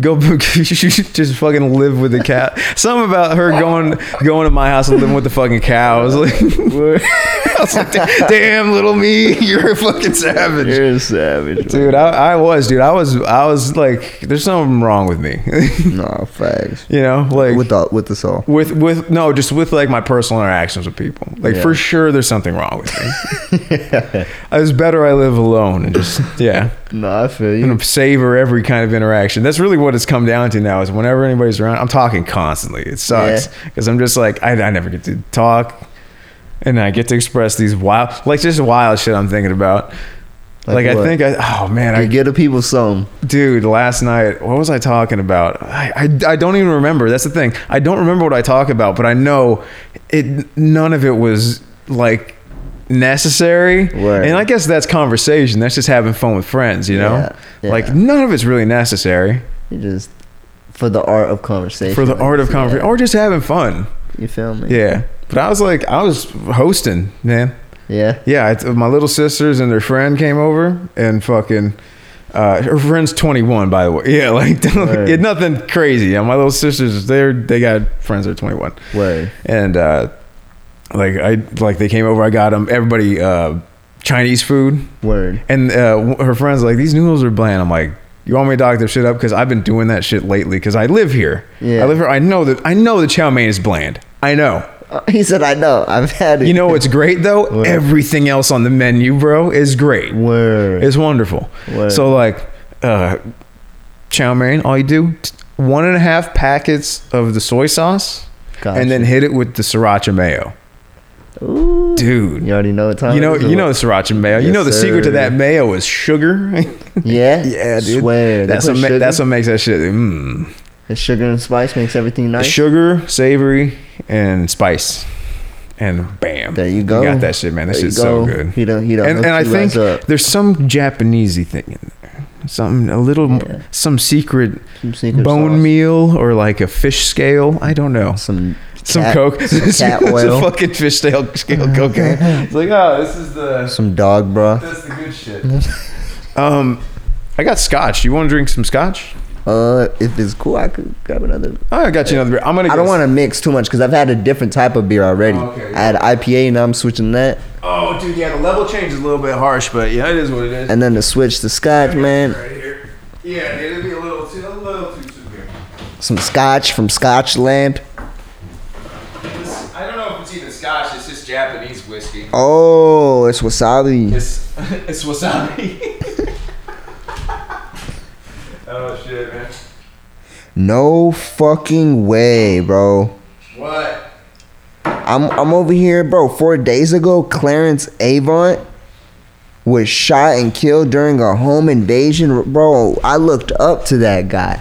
S1: go (laughs) you should just fucking live with the cat. Something about her going going to my house and living with the fucking cow. I was like, (laughs) I was like damn little me, (laughs) you're a fucking savage.
S2: a savage,
S1: dude I, I was dude i was i was like there's something wrong with me (laughs)
S2: No facts.
S1: you know like
S2: with
S1: with,
S2: the with the soul. (laughs)
S1: with no just with like my personal interactions with people like
S2: Yeah.
S1: for sure there's something wrong with me (laughs) I it's better i live alone and just yeah
S2: No, I feel
S1: I'm gonna savor every kind of interaction that's really what it's come down to now is whenever anybody's around i'm talking constantly it sucks because i'm just like I, I never get to talk and i get to express these wild like just wild shit i'm thinking about Like, I
S2: what?
S1: think I oh man,
S2: You
S1: I
S2: get the people some.
S1: dude, last night, what was I talking about? I, I, I don't even remember. That's the thing. I don't remember what I talk about, but I know it. None of it was like necessary.
S2: Word.
S1: And I guess that's conversation. That's just having fun with friends, you know?
S2: Yeah, yeah.
S1: Like none of it's really necessary
S2: You just for the art of conversation.
S1: for the
S2: like
S1: art of
S2: this,
S1: conversation
S2: yeah.
S1: or just having fun.
S2: You feel me?
S1: Yeah. But I was like, I was hosting, man.
S2: Yeah. (laughs)
S1: Yeah, it's, my little sisters and their friend came over and fucking. Uh, her friend's 21, by the way. (laughs) Yeah, like
S2: Word.
S1: it, nothing crazy. Yeah, my little sisters, they're they got friends that are 21,
S2: Word.
S1: and uh, like I like they came over. I got them everybody uh, Chinese food,
S2: Word.
S1: and uh, her friends like these noodles are bland. I'm like, you want me to dog their shit up because I've been doing that shit lately because I live here.
S2: Yeah.
S1: I live here. I know that I know the chow mein is bland. I know.
S2: Uh, He said, "I know. I've had it."
S1: You know what's great though?
S2: Word.
S1: Everything else on the menu, bro, is great.
S2: (laughs) Word.
S1: It's wonderful.
S2: Word.
S1: So like, uh, chow mein, all you do t- one and a half packets of the soy sauce,
S2: Gotcha.
S1: and then hit it with the sriracha mayo,
S2: Ooh.
S1: dude.
S2: You already know what time.
S1: You know,
S2: it is or
S1: you know
S2: what?
S1: the sriracha mayo. you
S2: Yes,
S1: know the secret to
S2: sir.
S1: that mayo is sugar. (laughs)
S2: Yeah.
S1: yeah, dude.
S2: Swear. They
S1: that's
S2: put
S1: what ma-
S2: sugar-
S1: that's what makes that shit. Mm.
S2: And sugar and spice makes everything nice.
S1: Sugar, savory, and spice, and bam.
S2: There you go.
S1: got that shit, man. That
S2: There you
S1: shit's so
S2: go.
S1: good.
S2: He done, he done
S1: and, and I
S2: hooked you guys
S1: think
S2: up.
S1: there's some Japanesey thing in there, something a little
S2: Yeah.
S1: some secret
S2: Some secret
S1: bone
S2: sauce.
S1: meal or like a fish scale. I don't know.
S2: some
S1: Some
S2: cat-
S1: coke,
S2: some
S1: (laughs)
S2: cat
S1: It's a
S2: oil, Uh-huh.
S1: fucking fish scale, scale cocaine. It's like, oh, this is the
S2: some dog broth.
S1: that's the good
S2: (laughs)
S1: shit. um, I got scotch. You want to drink some scotch?
S2: Uh, if it's cool, I could grab another.
S1: Oh, I got you another beer. I'm gonna.
S2: I don't want to mix too much because I've had a different type of beer already.
S1: Oh, okay.
S2: I had IPA, now I'm switching that,
S1: to. Oh, dude, yeah, the level change is a little bit harsh, but yeah, it is what it is.
S2: and then to switch to Scotch, man.
S1: Right here. Yeah, it'll be a little too, a little too severe.
S2: Some Scotch from Scotchland.
S1: This- I don't know if it's even Scotch. It's just Japanese whiskey.
S2: Oh, it's wasabi.
S1: It's (laughs) it's wasabi. (laughs) oh shit, man.
S2: No fucking way, bro.
S1: What?
S2: I'm I'm over here, bro. Four days ago, Clarence Avant was shot and killed during a home invasion, bro. I looked up to that guy.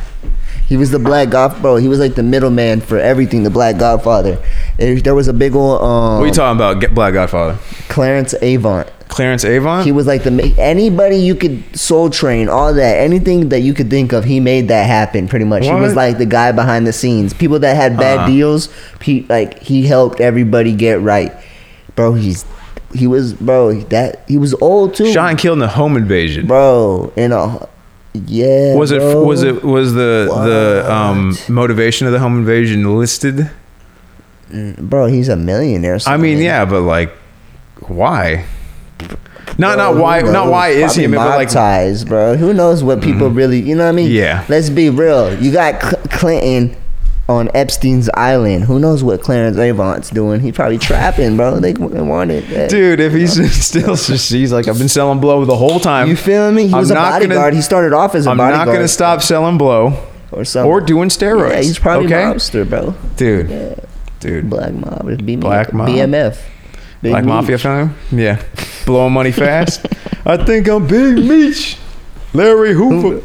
S2: He was the black god, bro. He was like the middleman for everything, the black godfather. And there was a big old um,
S1: What are you talking about? Get Black Godfather.
S2: Clarence Avant.
S1: Clarence Avon.
S2: He was like the ma- anybody you could soul train, all that, anything that you could think of. He made that happen, pretty much. He was
S1: What?
S2: like the guy behind the scenes. People that had bad
S1: Uh-huh.
S2: deals, he, like he helped everybody get right. Bro, he's he was bro that he was old too,
S1: Shot and killed in the home invasion.
S2: bro. In a yeah,
S1: was it
S2: bro.
S1: was it was the the
S2: What?
S1: um motivation of the home invasion listed?
S2: bro? He's a millionaire.
S1: I mean,
S2: son.
S1: yeah, but like, why? Not
S2: Bro,
S1: not
S2: who
S1: why not
S2: knows?
S1: why is he?
S2: Probably
S1: But
S2: mob
S1: like, Mm-hmm.
S2: ties, bro? Who knows what people really? You know what I mean?
S1: Yeah.
S2: Let's be real. You got Cl- Clinton on Epstein's island. Who knows what Clarence Avant's doing? He probably trapping, bro. They w- they wanted that.
S1: dude, if he's (laughs) still, he's like, I've been selling blow the whole time.
S2: You feel me? He
S1: I'm
S2: was a
S1: not gonna-
S2: bodyguard. he started off as a
S1: I'm
S2: bodyguard.
S1: not gonna stop selling blow
S2: or something.
S1: or doing steroids.
S2: Yeah, he's probably
S1: okay,
S2: a mobster, bro.
S1: dude,
S2: Yeah,
S1: dude,
S2: black mob. It's B-
S1: Black mob.
S2: BMF. Big
S1: like
S2: Meech.
S1: mafia fam. Yeah, blowing money
S2: (laughs)
S1: fast. I think I'm Big Meech, Larry
S2: (laughs)
S1: Hoover.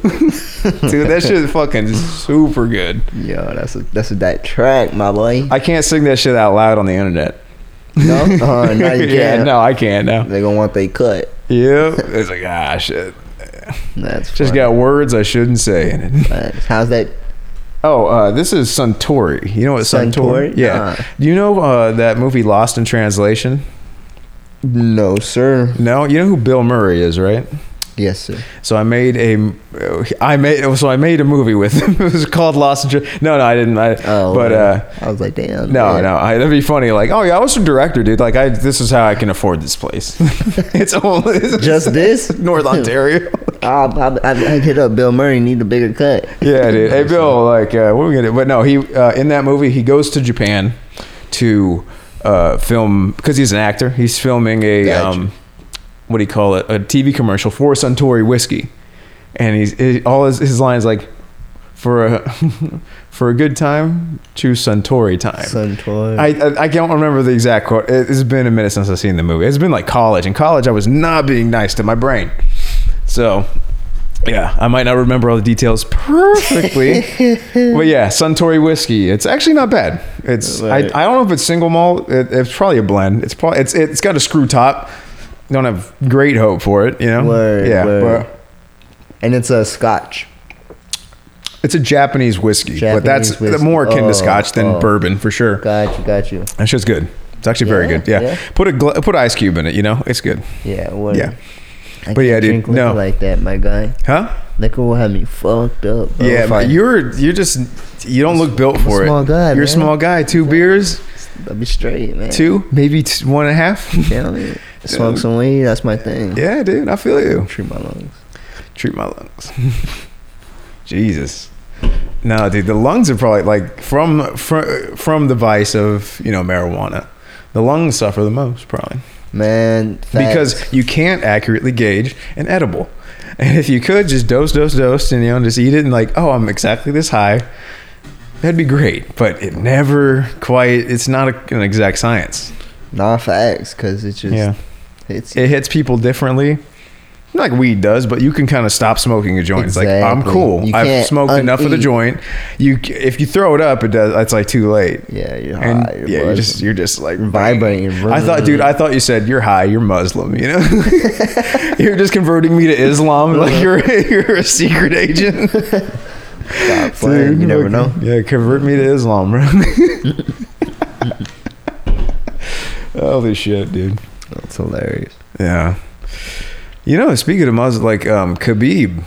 S1: dude, that shit is fucking super good.
S2: Yo, that's a, that's a, that track, my boy.
S1: (laughs) I can't sing that shit out loud on the internet.
S2: (laughs) No, uh, now
S1: (laughs)
S2: you
S1: yeah,
S2: can't.
S1: no, I can't now.
S2: They gonna want they cut.
S1: Yep, it's like ah shit.
S2: That's
S1: Just
S2: funny.
S1: got words I shouldn't say in it.
S2: Facts. How's that?
S1: Oh, uh, this is Suntory. You know what Suntory?
S2: Suntory?
S1: Yeah.
S2: Nah.
S1: Do you know uh, that movie Lost in Translation?
S2: No, sir.
S1: No. You know who Bill Murray is, right?
S2: Yes, sir.
S1: So I made a, I made so I made a movie with him. (laughs) It was called Lost in. Tra- no, no, I didn't. I,
S2: Oh,
S1: but
S2: man.
S1: uh,
S2: I was like, damn.
S1: no,
S2: man.
S1: no, I, that'd be funny. Like, oh yeah, I was a director, dude. Like, I this is how I can afford this place. (laughs) it's only
S2: Just this?
S1: (laughs)
S2: (laughs)
S1: North Ontario.
S2: I, I, I hit up Bill Murray. Need a bigger cut.
S1: yeah, dude. Hey, Bill, like, uh, what are we gonna do? But no, he uh, in that movie, he goes to Japan to uh, film because he's an actor. He's filming a
S2: Gotcha.
S1: um, what do you call it? A TV commercial for Suntory whiskey, and he's he- all his, his lines like for a (laughs) for a good time, choose Suntory time.
S2: (laughs) Son toy.
S1: I, I I can't remember the exact quote. It, it's been a minute since I've seen the movie. It's been like college. In college, I was not being nice to my brain. So, yeah, I might not remember all the details
S2: (laughs)
S1: perfectly, but yeah, Suntory whiskey. It's actually not bad. It's I,
S2: Right.
S1: I don't know if it's single malt. It, it's probably a blend. It's probably it's it's got a screw top. Don't have great hope for it, you know.
S2: Word,
S1: yeah,
S2: word.
S1: but
S2: and it's a Scotch.
S1: it's a Japanese whiskey, but that's
S2: Japanese whiskey.
S1: more akin
S2: Oh,
S1: to Scotch than
S2: oh.
S1: bourbon for sure.
S2: Got you, got you.
S1: That shit's good. It's actually very
S2: Yeah,
S1: good. Yeah.
S2: yeah.
S1: Put a gla- put an ice cube in it. You know, it's good.
S2: Yeah, word.
S1: Yeah.
S2: I
S1: But yeah,
S2: can't
S1: dude,
S2: drink liquor
S1: no.
S2: like that, my guy.
S1: Huh?
S2: Liquor will have me fucked up. Bro.
S1: yeah,
S2: Fine.
S1: but you're you're just you don't look built
S2: I'm a
S1: for it.
S2: small
S1: You're
S2: guy,
S1: Oh, a
S2: man.
S1: small guy. Two beers,
S2: I'll be straight, man.
S1: two maybe t- one and a half.
S2: You know what I mean? Smoke some weed. That's my thing.
S1: (laughs) yeah, dude, I feel you.
S2: Treat my lungs.
S1: Treat my (laughs) lungs. Jesus. No, dude, the lungs are probably like from from from the vice of you know marijuana. The lungs suffer the most probably.
S2: Man, facts.
S1: because you can't accurately gauge an edible. And if you could just dose, dose, dose, and you know, just eat it and like, oh, I'm exactly this high, that'd be great. But it never quite. It's not a, an exact science.
S2: nah, facts, because it just hits you.
S1: it hits people differently. Not Like weed does, but you can kind of stop smoking a joint. It's like I'm
S2: Exactly.
S1: cool.
S2: You
S1: I've
S2: can't
S1: smoked enough of the
S2: uneat.
S1: joint. You, c- if you throw it up, it does. It's like too late.
S2: Yeah, you're
S1: And
S2: high. You're
S1: yeah, you're
S2: buzzing.
S1: just you're just like
S2: Vibrating.
S1: I thought, dude, I thought you said you're high, you're Muslim. You know, (laughs) you're just converting me to Islam. Like you're you're a secret agent.
S2: (laughs) Stop playing.
S1: Dude,
S2: you never
S1: look,
S2: know.
S1: Yeah, convert me to Islam, bro. (laughs) Holy shit, dude.
S2: That's hilarious.
S1: Yeah. You know, speaking of Muslim, like um, Khabib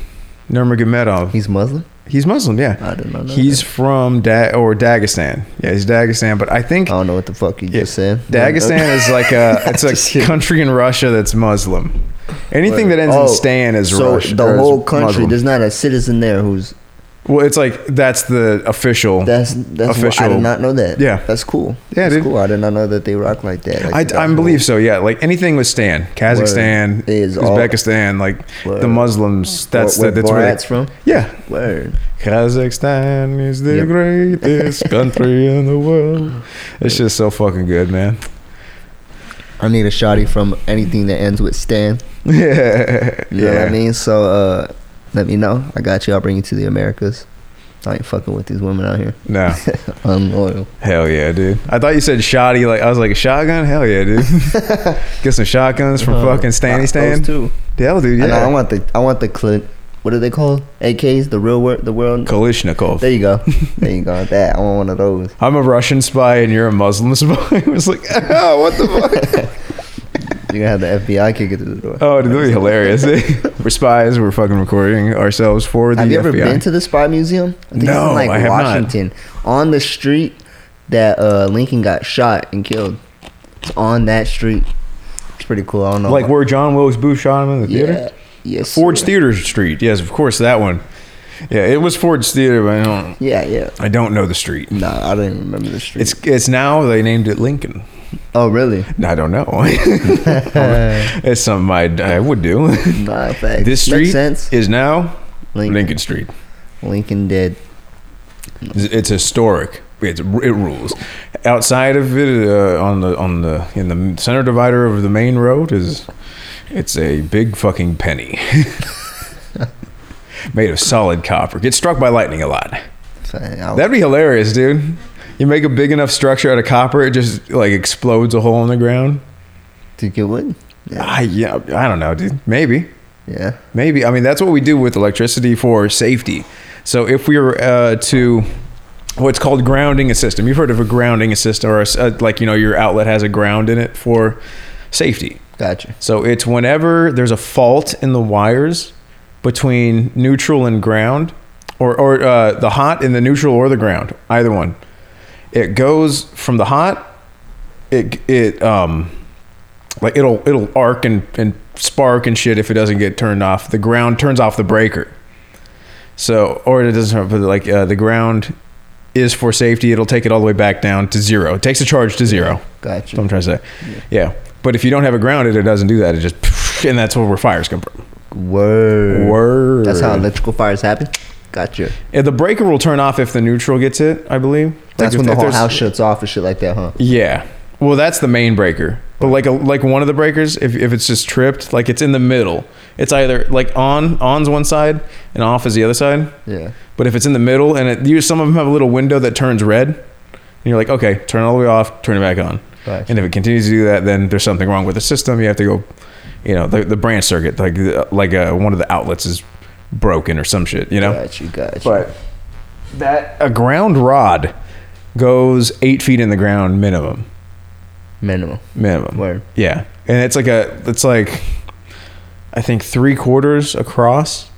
S1: Nurmagomedov,
S2: He's Muslim?
S1: he's Muslim. Yeah,
S2: I don't know.
S1: he's from da- or Dagestan. Yeah, he's Dagestan, but I think
S2: I don't know what the fuck you
S1: Yeah.
S2: just said.
S1: Dagestan is like
S2: (laughs)
S1: a it's a country in Russia that's Muslim. Anything that ends
S2: Oh,
S1: in stan is
S2: so
S1: Russian.
S2: the whole country.
S1: Muslim.
S2: There's not a citizen there who's
S1: Well, it's like that's the official.
S2: that's that's what- I
S1: Official.
S2: did not know that.
S1: Yeah.
S2: that's cool.
S1: Yeah,
S2: that's
S1: dude.
S2: cool. I did not know that they rock like that. Like,
S1: I,
S2: that's
S1: I
S2: cool.
S1: believe so. Yeah, like anything with stan, Kazakhstan,
S2: Word. Is all-
S1: Uzbekistan, like
S2: Word.
S1: the Muslims. That's
S2: where,
S1: the, that's
S2: where
S1: where.
S2: Borat's
S1: They,
S2: from.
S1: yeah,
S2: Word.
S1: Kazakhstan is the
S2: Yep. (laughs)
S1: greatest country in the world. It's just so fucking good,
S2: (laughs)
S1: man.
S2: I need a shotty from anything that ends with Stan.
S1: Yeah,
S2: You know what
S1: yeah.
S2: I mean? So uh, let me know. I got you. I'll bring you to the Americas. I ain't fucking with these women out here.
S1: No.
S2: Unloyal.
S1: Hell yeah, dude. I thought you said shoddy. Like I was like shotgun. Hell yeah,
S2: (laughs)
S1: dude. Get some shotguns from
S2: Uh,
S1: fucking Stanny
S2: those
S1: Stan.
S2: two.
S1: Hell, dude.
S2: I, know, I
S1: Yeah.
S2: want the I want the clip. What are they called? AKs, the real world, the world.
S1: Kalishnikov.
S2: There you go. There you go. That I want one of those.
S1: I'm a Russian spy and you're a Muslim (laughs) spy. It was like, oh, what the fuck?
S2: (laughs) You're gonna have the FBI kick it through the door.
S1: Oh, it'd be hilarious. (laughs) we're spies. We're fucking recording ourselves for the
S2: have you ever
S1: FBI.
S2: been to the spy museum? I think
S1: No,
S2: it's in like
S1: I have not.
S2: Washington. On the street that uh, Lincoln got shot and killed. It's on that street. It's pretty cool. I don't know.
S1: like where John Wilkes Booth shot him in the
S2: yeah.
S1: theater?
S2: Yes.
S1: Ford's
S2: sir.
S1: Theater Street. Yes, of course that one. Yeah, it was Ford's Theater, but I don't.
S2: Yeah, yeah.
S1: I don't know the street.
S2: Nah, I don't even remember the street.
S1: It's it's now they named it Lincoln.
S2: oh
S1: (laughs)
S2: really?
S1: I don't know. it's something I'd, I would do.
S2: (laughs)
S1: (laughs)
S2: Nah, facts.
S1: this street
S2: makes sense.
S1: is now Lincoln,
S2: Lincoln,
S1: Street.
S2: Lincoln dead.
S1: It's, it's historic. It's, it rules. Outside of it, uh, on the on the in the center divider of the main road is it's a big fucking penny (laughs) made of solid copper. Gets struck by lightning a lot.
S2: That
S1: That'd be hilarious, dude. You make a big enough structure out of copper, it just like explodes a hole in the ground.
S2: think it would. Yeah.
S1: I yeah, I don't know, dude. Maybe.
S2: Yeah.
S1: Maybe. I mean, that's what we do with electricity for safety. So if we were uh, to what's called grounding a system, you've heard of a grounding a system, or a s- uh, like you know your outlet has a ground in it for safety.
S2: Gotcha.
S1: So it's whenever there's a fault in the wires between neutral and ground, or or uh, the hot in the neutral or the ground, either one. It goes from the hot, it it um, like it'll it'll arc and and spark and shit if it doesn't get turned off. The ground turns off the breaker. So or it doesn't but like uh, the ground is for safety. It'll take it all the way back down to zero. It takes the charge to zero. That's what
S2: Gotcha.
S1: I'm trying to say. Yeah. But if you don't have it grounded, it doesn't do that. It just, and that's where where fires come from.
S2: Word.
S1: Word.
S2: That's how electrical fires happen. Gotcha.
S1: Yeah, the breaker will turn off if the neutral gets it, I believe. Like,
S2: That's
S1: if-
S2: when the
S1: if
S2: whole
S1: there's-
S2: house shuts off and shit like that, huh?
S1: Yeah. Well, that's the main breaker. But like a, like one of the breakers, if, if it's just tripped, like it's in the middle. It's either like on on's one side and off is the other side.
S2: Yeah.
S1: But if it's in the middle and it, you, some of them have a little window that turns red, and you're like, okay, turn it all the way off, turn it back on.
S2: Right.
S1: And if it continues to do that, then there's something wrong with the system. You have to go, you know, the, the branch circuit, like the- like uh, one of the outlets is broken or some shit, you know.
S2: Got you. Got you.
S1: But that a ground rod goes eight feet in the ground minimum,
S2: Minimum.
S1: minimum.
S2: Word.
S1: Yeah, and it's like a it's like I think three quarters across,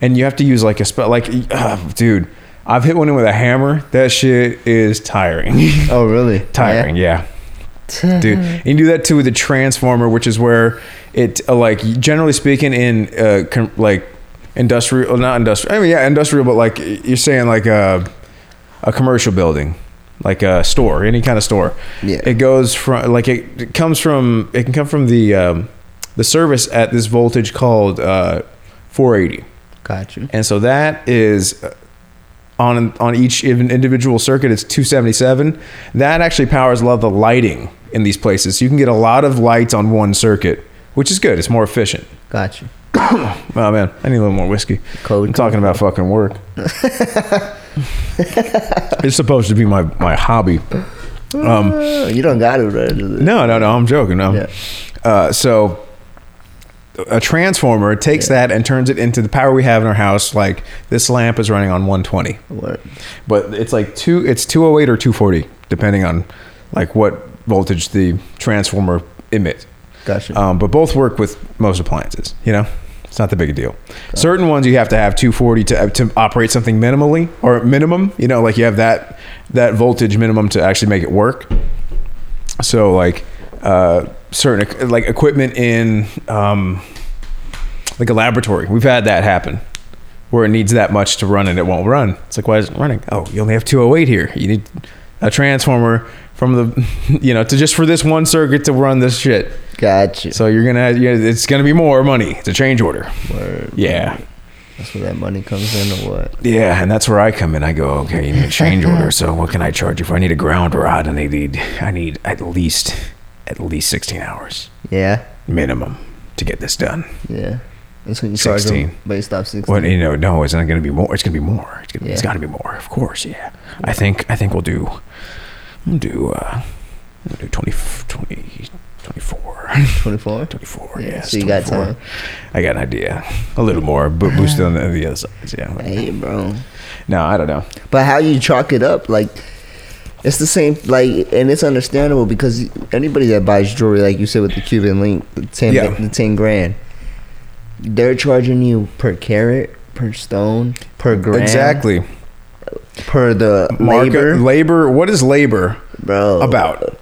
S1: and you have to use like a spell. Like, ugh, dude, I've hit one in with a hammer. That shit is tiring. (laughs)
S2: Oh, really?
S1: tiring, yeah. Dude, you can do that too with the transformer, which is where it uh, like generally speaking in uh com- like industrial, not industrial. I mean, yeah, industrial, but like you're saying like a a commercial building, like a store, any kind of store.
S2: Yeah.
S1: it goes from like it, it comes from it can come from the um, the service at this voltage called uh 480.
S2: Got you.
S1: And so that is uh, on on each in- individual circuit it's 277. That actually powers a lot of the lighting in these places. So you can get a lot of lights on one circuit, which is good. It's more efficient.
S2: Got you.
S1: Oh man, I need a little more whiskey.
S2: Cold
S1: I'm talking about fucking
S2: (laughs)
S1: work. it's supposed to be my my hobby. Um
S2: Oh, you don't got it right. No.
S1: no, no, no. I'm joking. No.
S2: Yeah.
S1: Uh, so a transformer takes that and turns it into the power we have in our house. Like this lamp is running on 120,
S2: Word.
S1: but it's like two. It's 208 or 240, depending on like what voltage the transformer emits.
S2: Got you.
S1: Um, but both work with most appliances. You know, it's not the big a deal. Certain ones you have to have 240 to to operate something minimally or minimum. You know, like you have that that voltage minimum to actually make it work. So like uh, certain equ- like equipment in um, like a laboratory, we've had that happen where it needs that much to run and it won't run. It's like why isn't it running? Oh, you only have 208 here. You need a transformer from the (laughs) you know to just for this one circuit to run this shit.
S2: Got you.
S1: So you're gonna, you know, it's gonna be more money. It's a change order.
S2: Word.
S1: Yeah,
S2: That's where that money comes in, or what?
S1: yeah, and that's where I come in. I go, okay, you need a change
S2: (laughs)
S1: order. So what can I charge you for? I need a ground rod, and I need, I need at least, at least 16 hours
S2: Yeah.
S1: minimum to get this done.
S2: Yeah. That's when you charge 'em
S1: 16.
S2: based off sixteen.
S1: Well, you know, no, it's not gonna be more. It's gonna be more. It's, gonna, it's
S2: Yeah.
S1: gotta be more. Of course, yeah. I think, I think we'll do, we'll do, uh, we'll do 20, 20 (laughs) 24.
S2: Twenty-four.
S1: 24.
S2: Yeah,
S1: Yeah,
S2: so you got time. Uh-huh.
S1: I got an idea. A little more, but boosted on the, the other sides. Yeah.
S2: Hey, bro.
S1: No, I don't know.
S2: But how you chalk it up, like it's the same, like, and it's understandable because anybody that buys jewelry, like you said with the Cuban link, the ten,
S1: Yeah.
S2: the ten grand, they're charging you per carat, per stone, per gram,
S1: Exactly.
S2: per the
S1: Market, labor.
S2: labor, Uh,
S1: What is labor
S2: bro.
S1: about?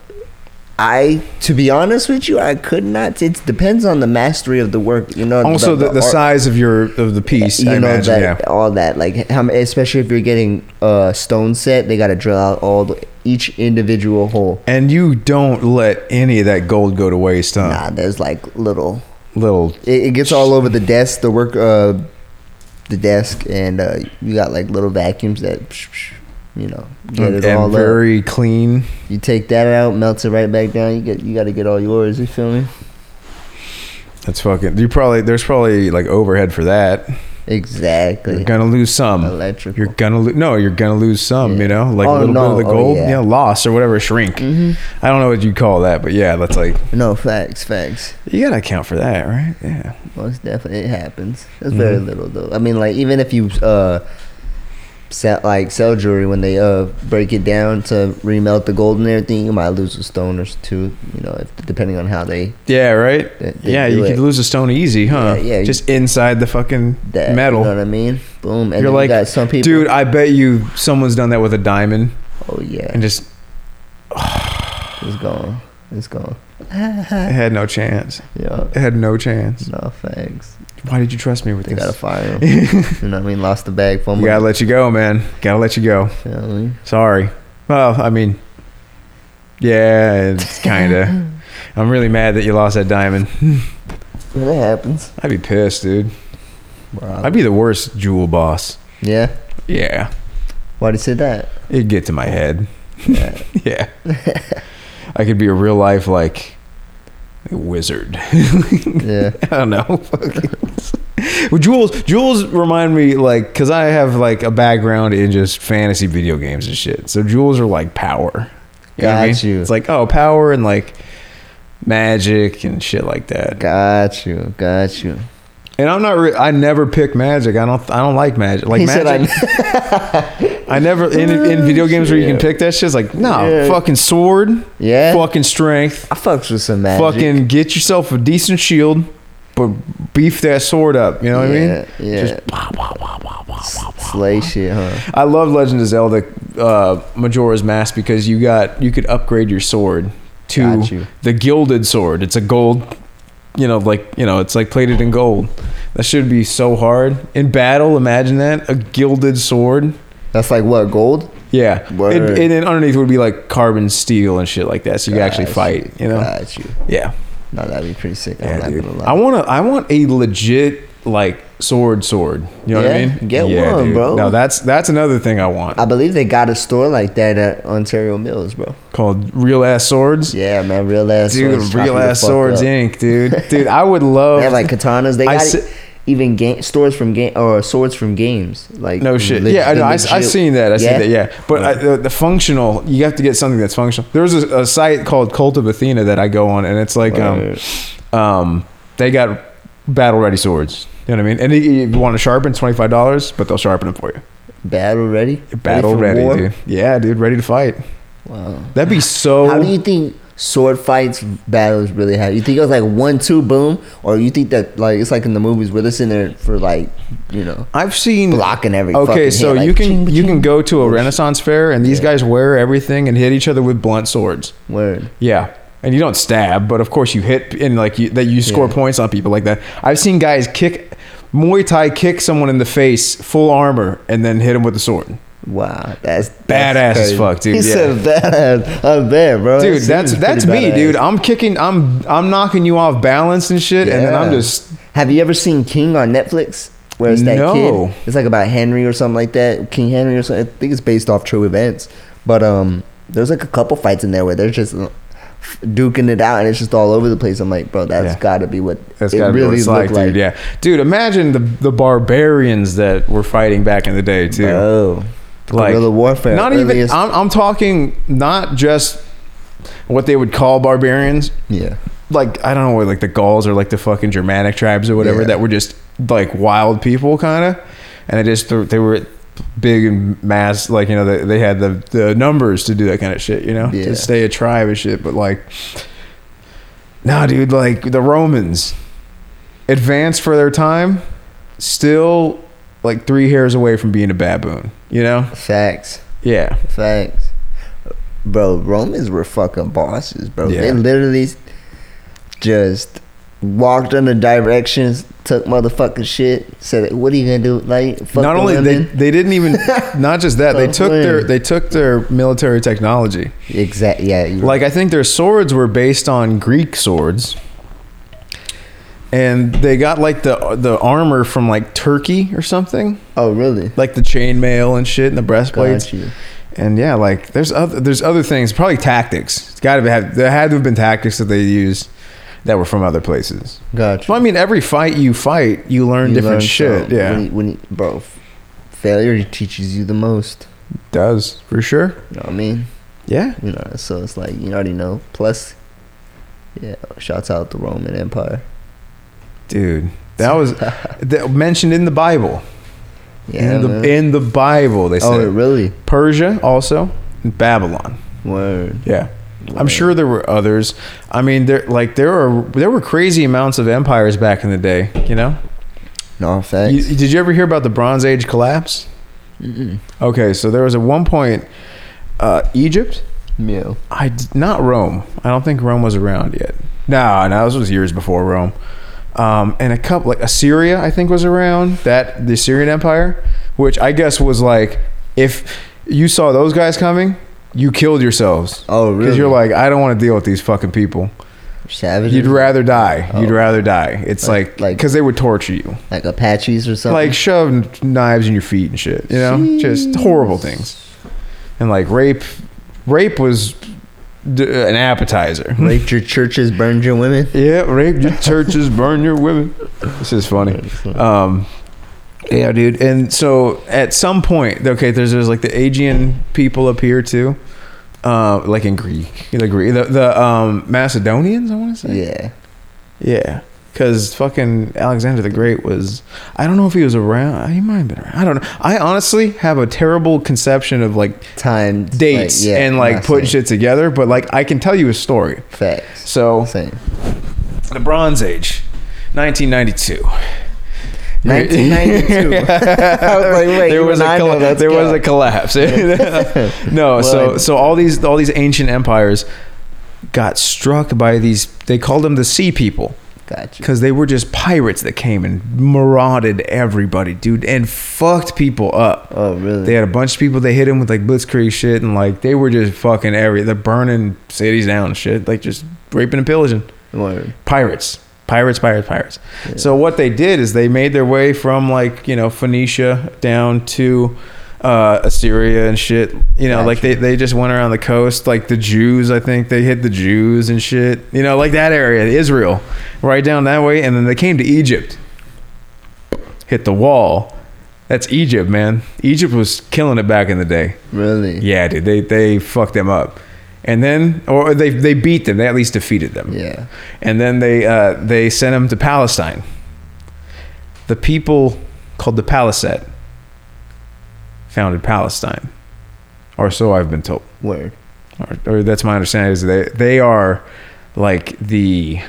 S2: I, to be honest with you, I could not. It depends on the mastery of the work, you know.
S1: Also, the, the,
S2: art-
S1: size of your of the piece.
S2: you
S1: I
S2: know
S1: imagine.
S2: that
S1: yeah.
S2: all that like how ma- especially if you're getting a stone set they got to drill out all the, each individual hole
S1: And you don't let any of that gold go to waste, huh?
S2: nah there's like little
S1: Little.
S2: it, it gets all over the desk the work uh the desk and uh you got like little vacuums that you know get it
S1: Mm, and
S2: all up.
S1: very clean.
S2: you take that out melts it right back down you get you got to get all yours you feel me
S1: That's fucking. You probably there's probably like overhead for that. You're
S2: exactly
S1: gonna lose some.
S2: electrical
S1: You're gonna lose. No, you're gonna lose some.
S2: Yeah.
S1: You know, like a
S2: Oh,
S1: little
S2: no.
S1: bit of the
S2: Oh,
S1: gold.
S2: yeah.
S1: yeah. loss or whatever, shrink.
S2: Mhm.
S1: I don't know what you call that, but yeah, that's like
S2: no facts facts
S1: you gotta account for that, right? Yeah.
S2: Most definitely, it happens. It's very
S1: Mhm.
S2: little though. I mean, like even if you uh, sell, like sell jewelry, when they uh break it down to remelt the gold and everything, you might lose a stone or two. You know, if, depending on how they
S1: Yeah. Right.
S2: They- they
S1: yeah,
S2: do
S1: you could
S2: it.
S1: lose a stone easy, huh?
S2: Yeah, yeah, you-
S1: Just inside the fucking
S2: that
S1: metal.
S2: You know what I mean? Boom. And then
S1: You're
S2: you
S1: like,
S2: got some people.
S1: dude. I bet you someone's done that with a diamond
S2: oh yeah,
S1: and just
S2: it's gone. It's gone. Uh.
S1: it had no chance.
S2: Yeah.
S1: It had no chance.
S2: No thanks.
S1: Why did you trust me with
S2: They gotta
S1: this?
S2: fire
S1: (laughs)
S2: him. you know what I mean? Lost the bag for
S1: We
S2: me.
S1: gotta let you go, man. Gotta let you go.
S2: Feel me?
S1: Sorry. Well, I mean, yeah, it's
S2: (laughs)
S1: kinda. I'm really mad that you lost that diamond.
S2: Well, that happens.
S1: I'd be pissed, dude.
S2: Wow.
S1: I'd be the worst jewel boss.
S2: yeah.
S1: Yeah,
S2: Why'd you say
S1: (laughs)
S2: that?
S1: it'd get to my head. (laughs)
S2: Yeah.
S1: Yeah, I could be a real life like wizard. (laughs)
S2: Yeah.
S1: I don't know. (laughs) Fucking- well, Jules, Jules remind me like because I have like a background in just fantasy video games and shit. So Jules are like power. You know what I
S2: Got you.
S1: It's like oh power and like magic and shit like that.
S2: Got you. Got you.
S1: And I'm not. Re- I never pick magic. I don't. I don't like magic. Like
S2: he
S1: magic.
S2: said, I,
S1: I never in, in
S2: (laughs)
S1: video games where you can pick that shit. It's like no
S2: Yeah.
S1: fucking sword,
S2: (laughs) Yeah.
S1: fucking strength,
S2: I fucks with some magic.
S1: fucking get yourself a decent shield, but beef that sword up. You know what
S2: yeah,
S1: I mean?
S2: Yeah.
S1: Just wah, wah, wah, wah, wah, wah.
S2: Slay shit, huh?
S1: I love Legend of Zelda uh, Majora's Mask because you got you could upgrade your sword
S2: Got
S1: to
S2: you.
S1: the gilded sword. It's a gold, you know, like you know, it's like plated in gold. That should be so hard in battle. Imagine that a gilded sword.
S2: That's like what gold.
S1: Yeah, and,
S2: Word.
S1: and then underneath would be like carbon steel and shit like that, so you can actually
S2: Got
S1: fight. You know?
S2: Got you.
S1: Yeah,
S2: No, that'd be pretty sick. I'm
S1: yeah,
S2: not
S1: dude.
S2: gonna lie.
S1: I want to. I want a legit like sword, sword. You know
S2: Yeah,
S1: what I mean?
S2: get one, bro.
S1: No, that's that's another thing I want
S2: I believe they got a store like that at Ontario Mills, bro.
S1: called real ass swords.
S2: Yeah, man, real ass
S1: Dude,
S2: swords. chop you
S1: real
S2: the
S1: ass
S2: fuck
S1: swords
S2: up.
S1: ink,
S2: (laughs)
S1: dude. Dude, I would love.
S2: They have like katanas. They
S1: I
S2: got
S1: se-
S2: even game stores from game or swords from games. Like
S1: no shit.
S2: leg-
S1: yeah, I, know, I, I
S2: legit-
S1: seen that. I seen
S2: Yeah?
S1: that. Yeah, but I, the, the functional, you have to get something that's functional. There's a, a site called Cult of Athena that I go on, and it's like um,
S2: Word.
S1: um, they got battle ready swords. You know what I mean? And if you want to sharpen, twenty five dollars, but they'll sharpen them for you.
S2: battle ready.
S1: Battle
S2: for
S1: ready,
S2: war?
S1: dude. Yeah, dude, ready to fight.
S2: Wow.
S1: That'd be so.
S2: How do you think sword fights battles really happen? You think it was like one two boom, or you think that like it's like in the movies where they're sitting there for like you know
S1: I've seen
S2: blocking every.
S1: Okay,
S2: fucking
S1: so
S2: hit, like,
S1: you can
S2: ching,
S1: you
S2: ching.
S1: can go to a Renaissance fair and these guys wear everything and hit each other with blunt swords.
S2: word.
S1: Yeah. And you don't stab, but of course you hit and like you, that you score
S2: Yeah.
S1: points on people like that. I've seen guys kick Muay Thai kick someone in the face full armor and then hit him with the sword.
S2: Wow, that's,
S1: Badass
S2: that's
S1: as
S2: crazy.
S1: fuck, dude,
S2: He
S1: yeah.
S2: said badass. I'm bad, bro. It
S1: Dude,
S2: seems
S1: that's
S2: pretty
S1: that's me,
S2: badass.
S1: dude. I'm kicking I'm I'm knocking you off balance and shit and then I'm
S2: Yeah.
S1: just
S2: Have you ever seen King on Netflix? Where it's that
S1: No.
S2: kid? It's like about Henry or something like that. King Henry or something. I think it's based off true events. But um, there's like a couple fights in there where they're just uh, duking it out, and it's just all over the place. I'm like, bro, that's
S1: Yeah.
S2: got to be what
S1: That's
S2: it
S1: gotta be what
S2: really
S1: it's like,
S2: looked like.
S1: dude. Yeah, dude. Imagine the the barbarians that were fighting back in the day too.
S2: Bro, Oh. guerrilla warfare.
S1: Not
S2: earliest-
S1: even. I'm, I'm talking not just what they would call barbarians.
S2: yeah,
S1: Like I don't know, like the Gauls or like the fucking Germanic tribes or whatever
S2: Yeah.
S1: that were just like wild people, kind of, and they just they were big and mass. Like you know, they, they had the the numbers to do that kind of shit. You know,
S2: Yeah.
S1: to stay a tribe and shit. But like, nah, dude. Like the Romans, advanced for their time, still like three hairs away from being a baboon. You know?
S2: facts,
S1: Yeah.
S2: facts. Bro, Romans were fucking bosses, bro.
S1: Yeah.
S2: They literally just walked under directions, took motherfucking shit, said, "What are you gonna do?" Like, fuck
S1: not
S2: the
S1: only they,
S2: women.
S1: they didn't
S2: (laughs)
S1: even not just that they
S2: Fuck
S1: took their
S2: women.
S1: they took their military technology
S2: Exact. Yeah. you-
S1: like i think their swords were based on greek swords and they got like the the armor from like turkey or something
S2: oh, really?
S1: like the chainmail and shit and the breastplates
S2: Got you.
S1: and yeah like there's other there's other things probably tactics it's gotta have there had to have been tactics that they used that were from other places
S2: Got you.
S1: well, i mean every fight you fight you learn
S2: You
S1: different
S2: learn
S1: shit
S2: something.
S1: yeah
S2: When you, when you, bro, f- failure teaches you the most.
S1: does for sure
S2: You know what I mean?
S1: yeah
S2: You know. So it's like you already know. Plus, yeah. Shouts out the Roman Empire.
S1: dude that
S2: (laughs)
S1: was that mentioned in the bible
S2: Yeah.
S1: in, the,
S2: man.
S1: in the bible they
S2: oh,
S1: said
S2: really?
S1: persia also and babylon
S2: Word.
S1: yeah i'm
S2: Right.
S1: sure there were others i mean there like there are there were crazy amounts of empires back in the day you know
S2: No facts.
S1: You- did you ever hear about the bronze age collapse
S2: Mm-mm.
S1: okay so there was at one point uh, egypt
S2: Yeah.
S1: I d- not Rome. I don't think Rome was around yet. No, no, this was years before Rome. Um, and a couple like Assyria, I think, was around that the Assyrian Empire, which I guess was like if you saw those guys coming, you killed yourselves
S2: Oh,
S1: because
S2: really?
S1: you're like, I don't want to deal with these fucking people.
S2: savage.
S1: You'd rather die. You'd
S2: Oh.
S1: rather die. It's like
S2: Like-
S1: like because they would torture you,
S2: like Apaches or something. (laughs)
S1: like shove knives in your feet and shit. You know, just horrible things and like rape rape was d- uh, an appetizer.
S2: Raped your churches, burned your women.
S1: Yeah, rape your churches, burn your women. This is funny. Um, yeah, dude. And so at some point, okay, there's there's like the Aegean people up here too, uh, like in Greek, the Greek, the, the um, Macedonians. I want to say.
S2: Yeah.
S1: Yeah. Cause fucking Alexander the Great was I don't know if he was around he might have been around. I don't know. I honestly have a terrible conception of like
S2: Time
S1: dates
S2: yeah,
S1: and like
S2: not
S1: putting
S2: saying
S1: shit together, but like I can tell you a story.
S2: facts.
S1: So
S2: Same.
S1: the Bronze Age, 1992. (laughs)
S2: 1992. (laughs) I was like, wait,
S1: there
S2: you
S1: was
S2: and
S1: a
S2: I know
S1: colla-
S2: that's
S1: there was
S2: God.
S1: a collapse. (laughs) no, so
S2: Well,
S1: so all these all these ancient empires got struck by these. They called them the Sea People
S2: Gotcha.
S1: because they were just pirates that came and marauded everybody, dude, and fucked people up.
S2: Oh, really?
S1: They had a bunch of people. They hit them with like blitzkrieg shit, and like they were just fucking every. They're burning cities down, and shit, like just raping and pillaging
S2: Word.
S1: pirates pirates pirates pirates so what they did is they made their way from like you know phoenicia down to uh, assyria and shit you know like they, they just went around the coast like the jews i think they hit the jews and shit you know like that area israel right down that way and then they came to egypt hit the wall that's egypt man egypt was killing it back in the day
S2: Really?
S1: yeah dude they they fucked them up and then or they they beat them they at least defeated them
S2: Yeah.
S1: and then they uh, they sent him to Palestine. The people called the Palisade founded Palestine, or so I've been told,
S2: Word.
S1: or, or that's my understanding. Is they they are like the